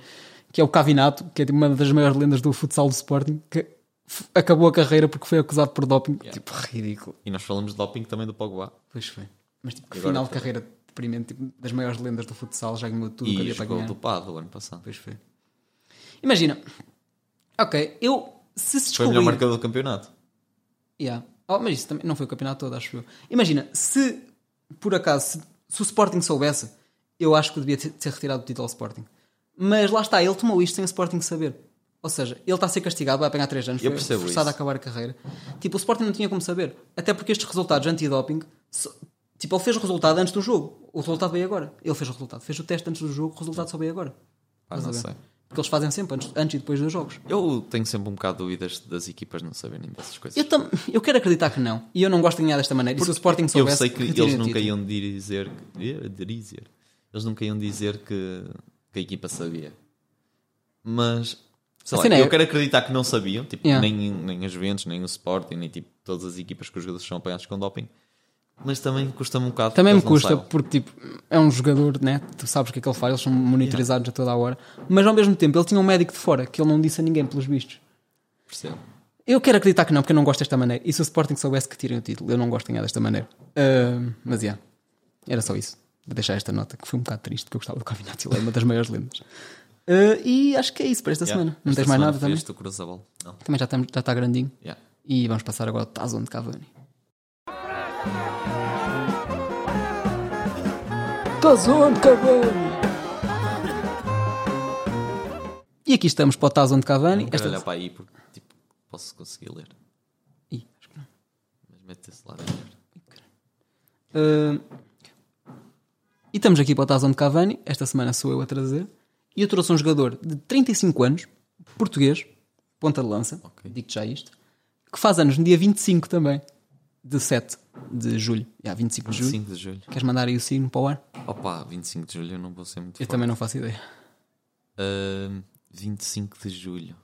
S2: que é o Cavinato, que é tipo, uma das maiores lendas do futsal do Sporting, que f- acabou a carreira porque foi acusado por doping. Tipo, ridículo.
S3: E nós falamos de doping também do Pogba.
S2: Pois foi. Mas tipo, que
S3: agora
S2: final de
S3: foi.
S2: carreira deprimente, tipo, das maiores lendas do futsal, já ganhou tudo o que
S3: E
S2: havia para
S3: jogou
S2: ganhar.
S3: dopado o ano passado.
S2: Pois foi. Imagina, ok, eu se se
S3: Foi
S2: descobrir...
S3: o melhor marcador do campeonato.
S2: Yeah. Oh, mas isso também não foi o campeonato todo, acho eu. Imagina, se por acaso, se, se o Sporting soubesse, eu acho que devia ter, ter retirado o título ao Sporting. Mas lá está, ele tomou isto sem o Sporting saber. Ou seja, ele está a ser castigado, vai apanhar 3 anos,
S3: Eu
S2: foi
S3: percebo
S2: forçado
S3: isso.
S2: a acabar a carreira. Tipo, o Sporting não tinha como saber. Até porque estes resultados anti-doping, só- tipo, ele fez o resultado antes do jogo. O resultado veio agora. Ele fez o resultado. Fez o teste antes do jogo, o resultado só veio agora.
S3: Pá,
S2: Estás a
S3: Ah, não
S2: ver?
S3: sei.
S2: Porque eles fazem sempre antes, antes e depois dos jogos.
S3: Eu tenho sempre um bocado de dúvidas das equipas não saberem dessas coisas.
S2: Eu, tam- eu quero acreditar que não. E eu não gosto de ganhar desta maneira. E se o Sporting soubesse,
S3: eu sei que
S2: retirem
S3: eles
S2: o
S3: nunca
S2: título.
S3: iam dizer, eh, dizer. Eles nunca iam dizer que, que a equipa sabia. Mas sei lá,
S2: Assim, né?
S3: eu quero acreditar que não sabiam, tipo,
S2: Yeah.
S3: nem, nem as Juventus, nem o Sporting, nem tipo, todas as equipas que os jogadores são apanhados com doping. Mas também custa-me um bocado. que
S2: Também me
S3: eles não
S2: custa,
S3: saibam.
S2: porque tipo, é um jogador, né? tu sabes o que é que ele faz, eles são monitorizados a toda a hora, mas ao mesmo tempo ele tinha um médico de fora que ele não disse a ninguém, pelos vistos.
S3: Percebo.
S2: Eu quero acreditar que não, porque eu não gosto desta maneira. E se o Sporting soubesse que tirem o título, eu não gosto de ganhar desta maneira. Ahm, mas é, era só isso. Vou deixar esta nota, que foi um bocado triste, porque eu gostava do Cavinati, ele é uma das maiores lendas. Ah, e acho que é isso para esta
S3: Yeah.
S2: semana. Não
S3: Esta
S2: tens mais
S3: semana
S2: nada também?
S3: fez-te o Cruzabal. Não.
S2: Também já, estamos- já está grandinho.
S3: Yeah.
S2: E vamos passar agora ao Tazon de Cavani. Tazon de Cavani! E aqui estamos para o Tazon de Cavani.
S3: Não quero
S2: Esta-
S3: olhar para aí porque tipo, posso conseguir ler.
S2: Ih, acho que não.
S3: Mas mete esse lado. dentro.
S2: Ah, e estamos aqui para o Tazon de Cavani. Esta semana sou eu a trazer. E eu trouxe um jogador de 35 anos, português, ponta de lança,
S3: Ok.
S2: digo-te já isto, que faz anos no dia 25 também, de 7 de julho. Já, 25 de julho.
S3: 25 de julho.
S2: Queres mandar aí o signo para o ar?
S3: Opa, 25 de julho eu não vou ser muito
S2: Eu também não faço ideia.
S3: Ahm, 25 de julho.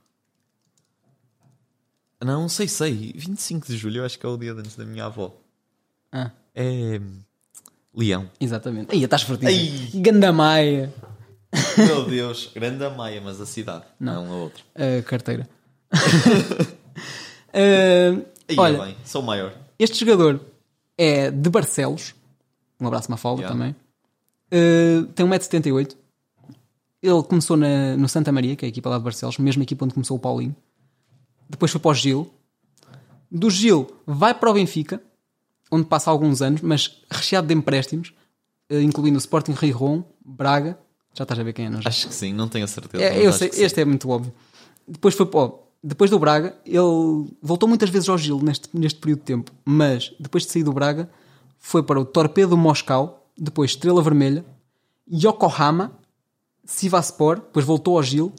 S3: Não, sei, sei. 25 de julho eu acho que é o dia de antes da minha avó.
S2: Ah,
S3: É. Leão.
S2: exatamente. Aí estás
S3: Ai.
S2: fortíssimo. Gandamaia.
S3: [LAUGHS] Meu Deus, grande a Maia, mas a cidade. Não, a outra.
S2: A carteira. [LAUGHS] Ah,
S3: Aí
S2: olha,
S3: é bem, sou maior.
S2: este jogador é de Barcelos. Um abraço, Mafalda,
S3: Yeah.
S2: também. Ah, tem 1,78m. Ele começou na- no Santa Maria, que é a equipa lá de Barcelos, mesma equipa onde começou o Paulinho. Depois foi para o Gil. Do Gil vai para o Benfica, onde passa alguns anos, mas recheado de empréstimos, eh, incluindo o Sporting Rijon, Braga. Já estás a ver quem é, não já?
S3: Acho que sim, não tenho a certeza.
S2: É,
S3: mas
S2: eu
S3: acho
S2: sei,
S3: que sim.
S2: este é muito óbvio. Depois foi pô, depois do Braga, ele voltou muitas vezes ao Gil neste, neste período de tempo, mas depois de sair do Braga, foi para o Torpedo Moscou, depois Estrela Vermelha, Yokohama, Sivaspor, depois voltou ao Gil,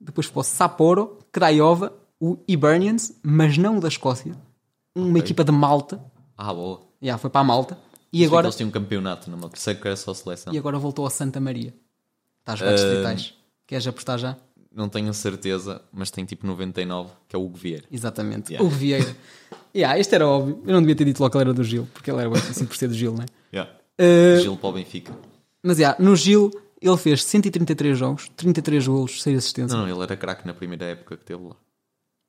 S2: depois foi para o Sapporo, Craiova, o Hibernians, mas não o da Escócia, uma equipa de Malta,
S3: Ah, boa.
S2: já foi para a Malta, e
S3: Agora...
S2: agora,
S3: Eles tinham um campeonato numa terceira que era só seleção.
S2: e agora voltou ao Santa Maria. Está a jogar
S3: Ah,
S2: distritais. Queres apostar já?
S3: Não tenho a certeza, mas tem tipo 99, que é o Hugo Vieira.
S2: Exatamente.
S3: Yeah.
S2: O Vieira. yeah, este era óbvio. Eu não devia ter dito logo que ele era do Gil, porque ele era bem conhecido por ser do Gil, né?
S3: Yeah.
S2: Uh,
S3: Gil para o Benfica.
S2: mas yeah, no Gil ele fez 133 jogos, 33 golos, 6 assistências.
S3: Não, ele era craque na primeira época que teve lá.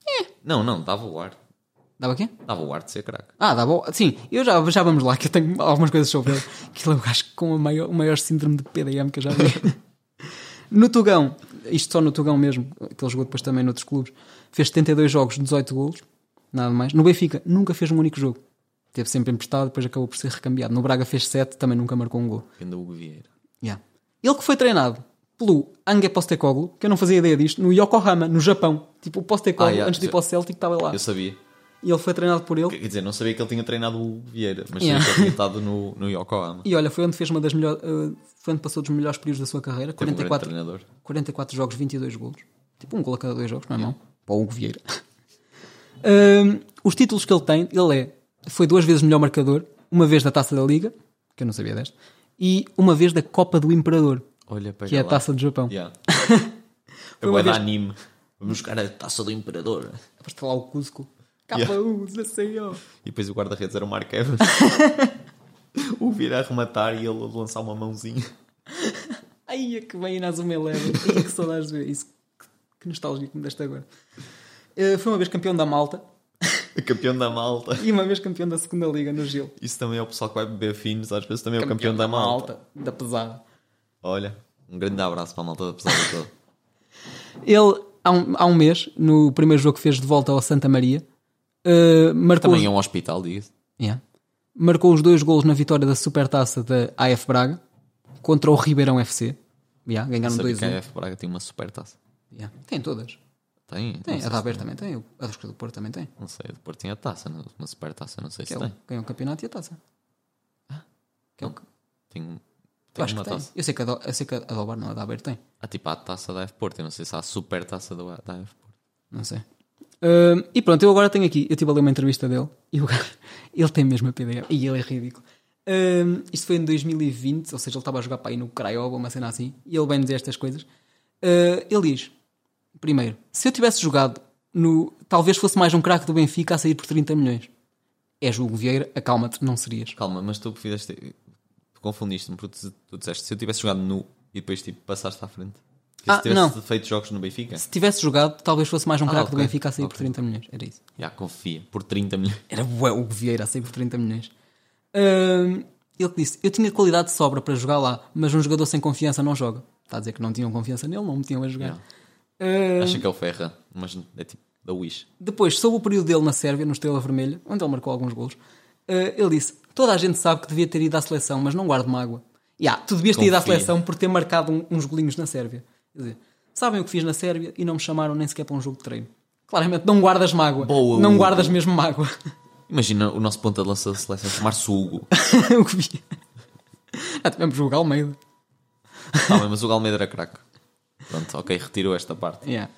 S2: É.
S3: Não, não, dava o ar.
S2: Dava quê?
S3: Dava o ar de ser craque.
S2: Ah, dá bom. Sim, eu já, já vamos lá, que eu tenho algumas coisas sobre ele. Que ele é o gajo com a maior- o maior síndrome de PDM que eu já vi. no Tugão, isto só no Tugão mesmo, que ele jogou depois também noutros clubes, fez 72 jogos, 18 golos, nada mais. No Benfica, nunca fez um único jogo. Teve sempre emprestado, depois acabou por ser recambiado. No Braga fez 7, também nunca marcou um gol.
S3: Ainda Hugo Vieira.
S2: Yeah. Ele que foi treinado pelo Ange Postecoglou, que eu não fazia ideia disto, no Yokohama, no Japão. Tipo, o Postecoglou,
S3: Ah, yeah,
S2: antes de ir
S3: já-
S2: para o Celtic, estava lá.
S3: Eu sabia.
S2: E ele foi treinado por ele.
S3: Quer dizer, não sabia que ele tinha treinado o Hugo Vieira, mas
S2: Yeah.
S3: sabia que ele tinha estado no, no Yokohama. um
S2: E olha, foi onde fez uma das melhores. eh, foi onde passou dos melhores períodos da sua carreira.
S3: Teve um grande
S2: 44,
S3: treinador.
S2: 44 jogos, 22 golos. Tipo um gol a cada dois jogos, não é mão? Para o Hugo Vieira. [LAUGHS] Ahm, os títulos que ele tem, ele é. Foi duas vezes melhor marcador, uma vez da taça da Liga, que eu não sabia desta, e uma vez da Copa do Imperador,
S3: Olha para
S2: que é a taça do Japão. [LAUGHS]
S3: Yeah.
S2: uma
S3: Eu vou dar
S2: vez-
S3: anime. Vamos jogar a taça do Imperador.
S2: Depois está lá o Cusco.
S3: Yeah.
S2: KU, 16
S3: E depois o guarda-redes era o Mark
S2: [LAUGHS]
S3: Evans. o Vieira a arrematar e ele a lançar uma mãozinha. [LAUGHS]
S2: Ai, é que bem na Zuma Eleven. Ai, é que saudades de ver isso. Que, que nostalgia que me deste agora. Eh, foi uma vez campeão da Malta
S3: Campeão da malta.
S2: e uma vez campeão da segunda Liga no Gil.
S3: Isso também é o pessoal que vai beber finos, às vezes também é o campeão, da malta.
S2: Malta, da pesada.
S3: Olha, um grande abraço para a malta da pesada [LAUGHS] toda.
S2: Ele, há um, há um mês, no primeiro jogo que fez de volta ao Santa Maria, eh, marcou.
S3: Também é um hospital disso.
S2: Yeah. marcou os dois golos na vitória da Supertaça da AF Braga contra o Ribeirão FC. Yeah, ganharam
S3: Sabia é.
S2: 2-1.
S3: que a F Braga tem uma super taça.
S2: Yeah. Tem todas.
S3: Tem? Não
S2: Tem,
S3: sei
S2: a
S3: se-
S2: da Aberta também tem, a dos do Porto também tem.
S3: Não sei, o Porto tinha a taça, não- uma super taça, não sei
S2: Que
S3: se
S2: é o,
S3: tem.
S2: ganhou o campeonato e a taça. Que é o,
S3: Tem, um-
S2: eu
S3: tem
S2: acho
S3: uma
S2: que tem.
S3: taça.
S2: Eu sei que a, do, eu sei que a do Alvar não, a da Aberta tem.
S3: Há tipo a taça da F Porto, eu não sei se há a super taça da, da F Porto.
S2: Não sei. Hum, e pronto, eu agora tenho aqui. Eu tive ali uma entrevista dele e o gajo- [LAUGHS] ele tem mesmo a PDA e ele é ridículo. Hum, isto foi em 2020, ou seja, ele estava a jogar para aí no Craiova, uma cena assim, e ele vem dizer estas coisas. Uh, ele diz: primeiro, se eu tivesse jogado no. talvez fosse mais um craque do Benfica a sair por 30 milhões. És Hugo Vieira, acalma-te, não serias.
S3: Calma, mas tu fizeste. Confundiste-me porque tu- tu disseste se eu tivesse jogado nu e depois tipo passaste à frente. Que
S2: Ah,
S3: se tivesse
S2: não.
S3: feito jogos no Benfica,
S2: Se tivesse jogado, talvez fosse mais um craque do
S3: ok,
S2: Benfica a sair por
S3: ok.
S2: 30 milhões. Era isso.
S3: já confia, por 30 milhões.
S2: Era bué o Vieira a sair por 30 milhões. Ahm, Hum, ele que disse: Eu tinha qualidade de sobra para jogar lá, mas um jogador sem confiança não joga. Está a dizer que não tinham confiança nele, não metiam a jogar.
S3: Yeah.
S2: Ahm,
S3: Acho que é o Ferra, mas é tipo da Wish.
S2: depois, sob o período dele na Sérvia, no Estrela Vermelha, onde ele marcou alguns golos, ah, ele disse: Toda a gente sabe que devia ter ido à seleção, mas não guardo mágoa. E ah, tu devias ter ido à
S3: Confia.
S2: seleção por ter marcado um- uns golinhos na Sérvia. Quer dizer, sabem o que fiz na Sérvia e não me chamaram nem sequer para um jogo de treino. Claramente, não guardas mágoa.
S3: Boa,
S2: não
S3: Hugo.
S2: guardas mesmo mágoa.
S3: Imagina o nosso ponta de lança da seleção chamar-se Hugo.
S2: [LAUGHS] o que vi. Já tivemos o Hugo Almeida.
S3: Tá bem, mas o Galmeida era craque. Pronto, ok, retirou esta parte.
S2: Yeah.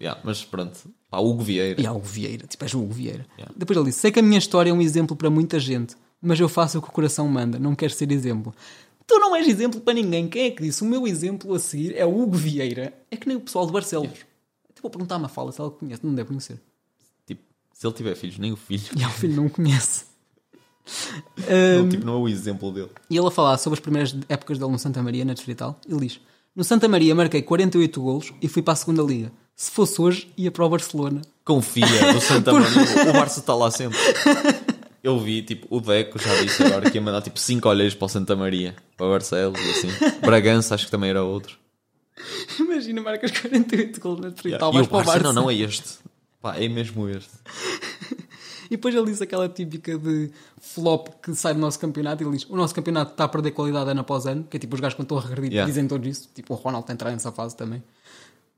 S3: Yeah, mas pronto, pá, Hugo Vieira.
S2: E há o Hugo Vieira, tipo, és o Hugo Vieira.
S3: Yeah.
S2: Depois ele disse: Sei que a minha história é um exemplo para muita gente, mas eu faço o que o coração manda, não quero ser exemplo. Tu não és exemplo para ninguém. Quem é que disse? O meu exemplo a seguir é o Hugo Vieira. É que nem o pessoal de Barcelos. Até vou perguntar à Mafalda se ela conhece. Não deve conhecer.
S3: Tipo, se ele tiver filhos, nem
S2: [LAUGHS]
S3: o filho.
S2: E ao filho não o conhece. Um.
S3: Ele tipo, não é o exemplo dele.
S2: E ele a falar sobre as primeiras épocas dele no Santa Maria, na Distrital, ele diz: No Santa Maria marquei 48 golos e fui para a segunda Liga. Se fosse hoje, ia para o Barcelona.
S3: Confia no Santa Maria. O Barça está lá sempre. Eu vi, tipo, o Deco já disse agora que ia mandar tipo 5 olheiros para o Santa Maria, para o Barcelos e assim. Bragança, acho que também era outro.
S2: [LAUGHS] Imagina, marcas 48 golos na Distrital,
S3: e o
S2: vais para o
S3: Barça,
S2: Barça.
S3: não, não é este. Pá, é mesmo este. é.
S2: E depois ele diz aquela típica de flop que sai do nosso campeonato e ele diz: O nosso campeonato está a perder qualidade ano após ano, que é tipo os gajos quando estão a regredir
S3: Yeah.
S2: dizem todos isso. Tipo, o Ronaldo está a entrar nessa fase também.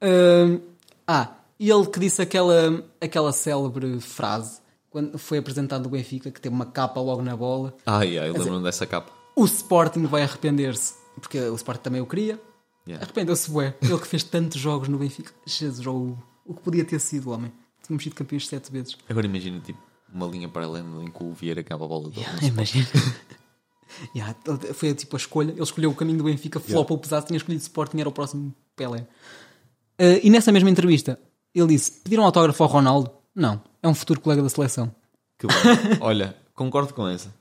S2: Ahm, ah, e ele que disse aquela, aquela célebre frase quando foi apresentado o Benfica, que teve uma capa logo na bola.
S3: Ai, ai, eu lembro-me dessa capa.
S2: o Sporting vai arrepender-se, porque o Sporting também o queria.
S3: Yeah.
S2: Arrependeu-se, bué. Ele que fez tantos jogos no Benfica. Jesus, o, o que podia ter sido, homem. Tínhamos sido campeões sete vezes.
S3: Agora imagina, tipo, uma linha paralela em que o Vieira acaba a bola toda.
S2: Imagina. [LAUGHS] Yeah, ele- foi tipo a escolha. Ele escolheu o caminho do Benfica, flopou pesado, tinha escolhido Sporting, era o próximo Pelé. Eh, e nessa mesma entrevista, ele disse: Pediram autógrafo ao Ronaldo? Não, é um futuro colega da seleção.
S3: Que bom. [LAUGHS] Olha, concordo com essa.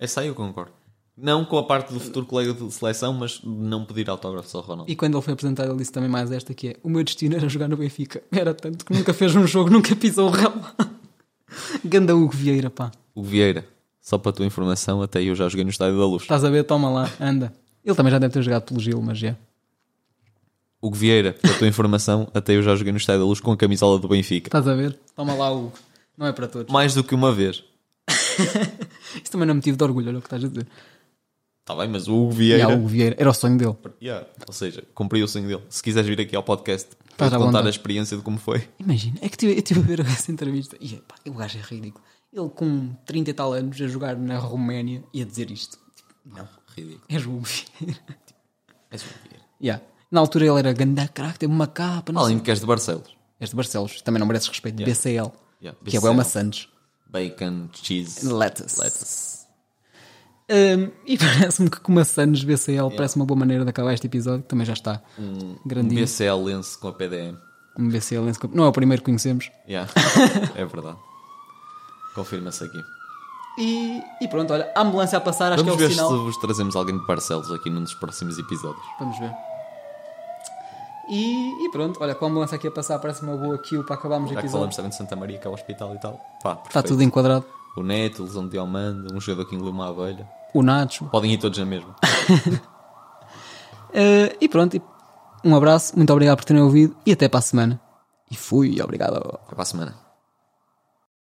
S3: Essa aí eu concordo. Não com a parte do futuro colega de seleção, mas não pedir autógrafos ao Ronaldo.
S2: E quando ele foi apresentado, ele disse também mais esta: que é o meu destino era jogar no Benfica. Era tanto que nunca fez um jogo, nunca pisou o ramo. [LAUGHS] Ganda Hugo Vieira, pá.
S3: O Vieira, só para a tua informação, até eu já joguei no Estádio da Luz.
S2: Estás a ver? Toma lá, anda. Ele também já deve ter jogado pelo Gil, mas é.
S3: O Vieira, para a tua informação, até eu já joguei no Estádio da Luz com a camisola do Benfica.
S2: Estás a ver? Toma lá, Hugo. Não é para todos.
S3: Mais do que uma vez.
S2: Isso também não é motivo de orgulho, olha o que estás a dizer.
S3: Está Tá bem, mas o Hugo
S2: E
S3: Vieira.
S2: há o Hugo Vieira, era o sonho dele.
S3: Yeah. Ou seja, cumpri o sonho dele. Se quiseres vir aqui ao podcast para
S2: Estás à
S3: contar
S2: vontade.
S3: a experiência de como foi.
S2: Imagina, é que tive- eu estive a ver [LAUGHS] essa entrevista e pá, o gajo é ridículo. Ele com 30 e tal anos a jogar na Roménia e a dizer isto.
S3: Não, ridículo.
S2: É Hugo Vieira. [LAUGHS]
S3: És o Vieira.
S2: Yeah. Na altura ele era ganda craque, teve uma capa, não sei.
S3: Além de que és de Barcelos.
S2: És de Barcelos, também não mereces respeito. BCL,
S3: Yeah,
S2: que é
S3: BCL.
S2: Belma Santos.
S3: Bacon, cheese.
S2: Lettuce.
S3: Lettuce.
S2: Hum, e [LAUGHS] parece-me que com maçanos BCL parece uma boa maneira de acabar este episódio, que também já está
S3: Um,
S2: grandinho.
S3: BCL Lense com a PDM.
S2: Um BCL, esse campo- não é o primeiro que conhecemos.
S3: [LAUGHS] Yeah. é verdade. Confirma-se aqui.
S2: E, e pronto, olha, a ambulância a passar, acho
S3: Vamos
S2: que é
S3: ver
S2: o sinal.
S3: se vos trazemos alguém de Barcelos aqui num dos próximos episódios.
S2: Vamos ver. E, e pronto, olha, com a ambulância aqui a passar, parece uma boa kill para acabarmos o
S3: Já que
S2: episódio.
S3: falamos também de Santa Maria, que é o hospital e tal. Pá,
S2: Está
S3: perfeito.
S2: tudo enquadrado.
S3: O Neto, lesão de Diomando, um jogador que engoliu uma abelha.
S2: O Nacho.
S3: Podem ir todos na mesma.
S2: Eh, e pronto, e- um abraço, muito obrigado por terem ouvido e até para a semana. E fui, obrigado.
S3: Até para a semana.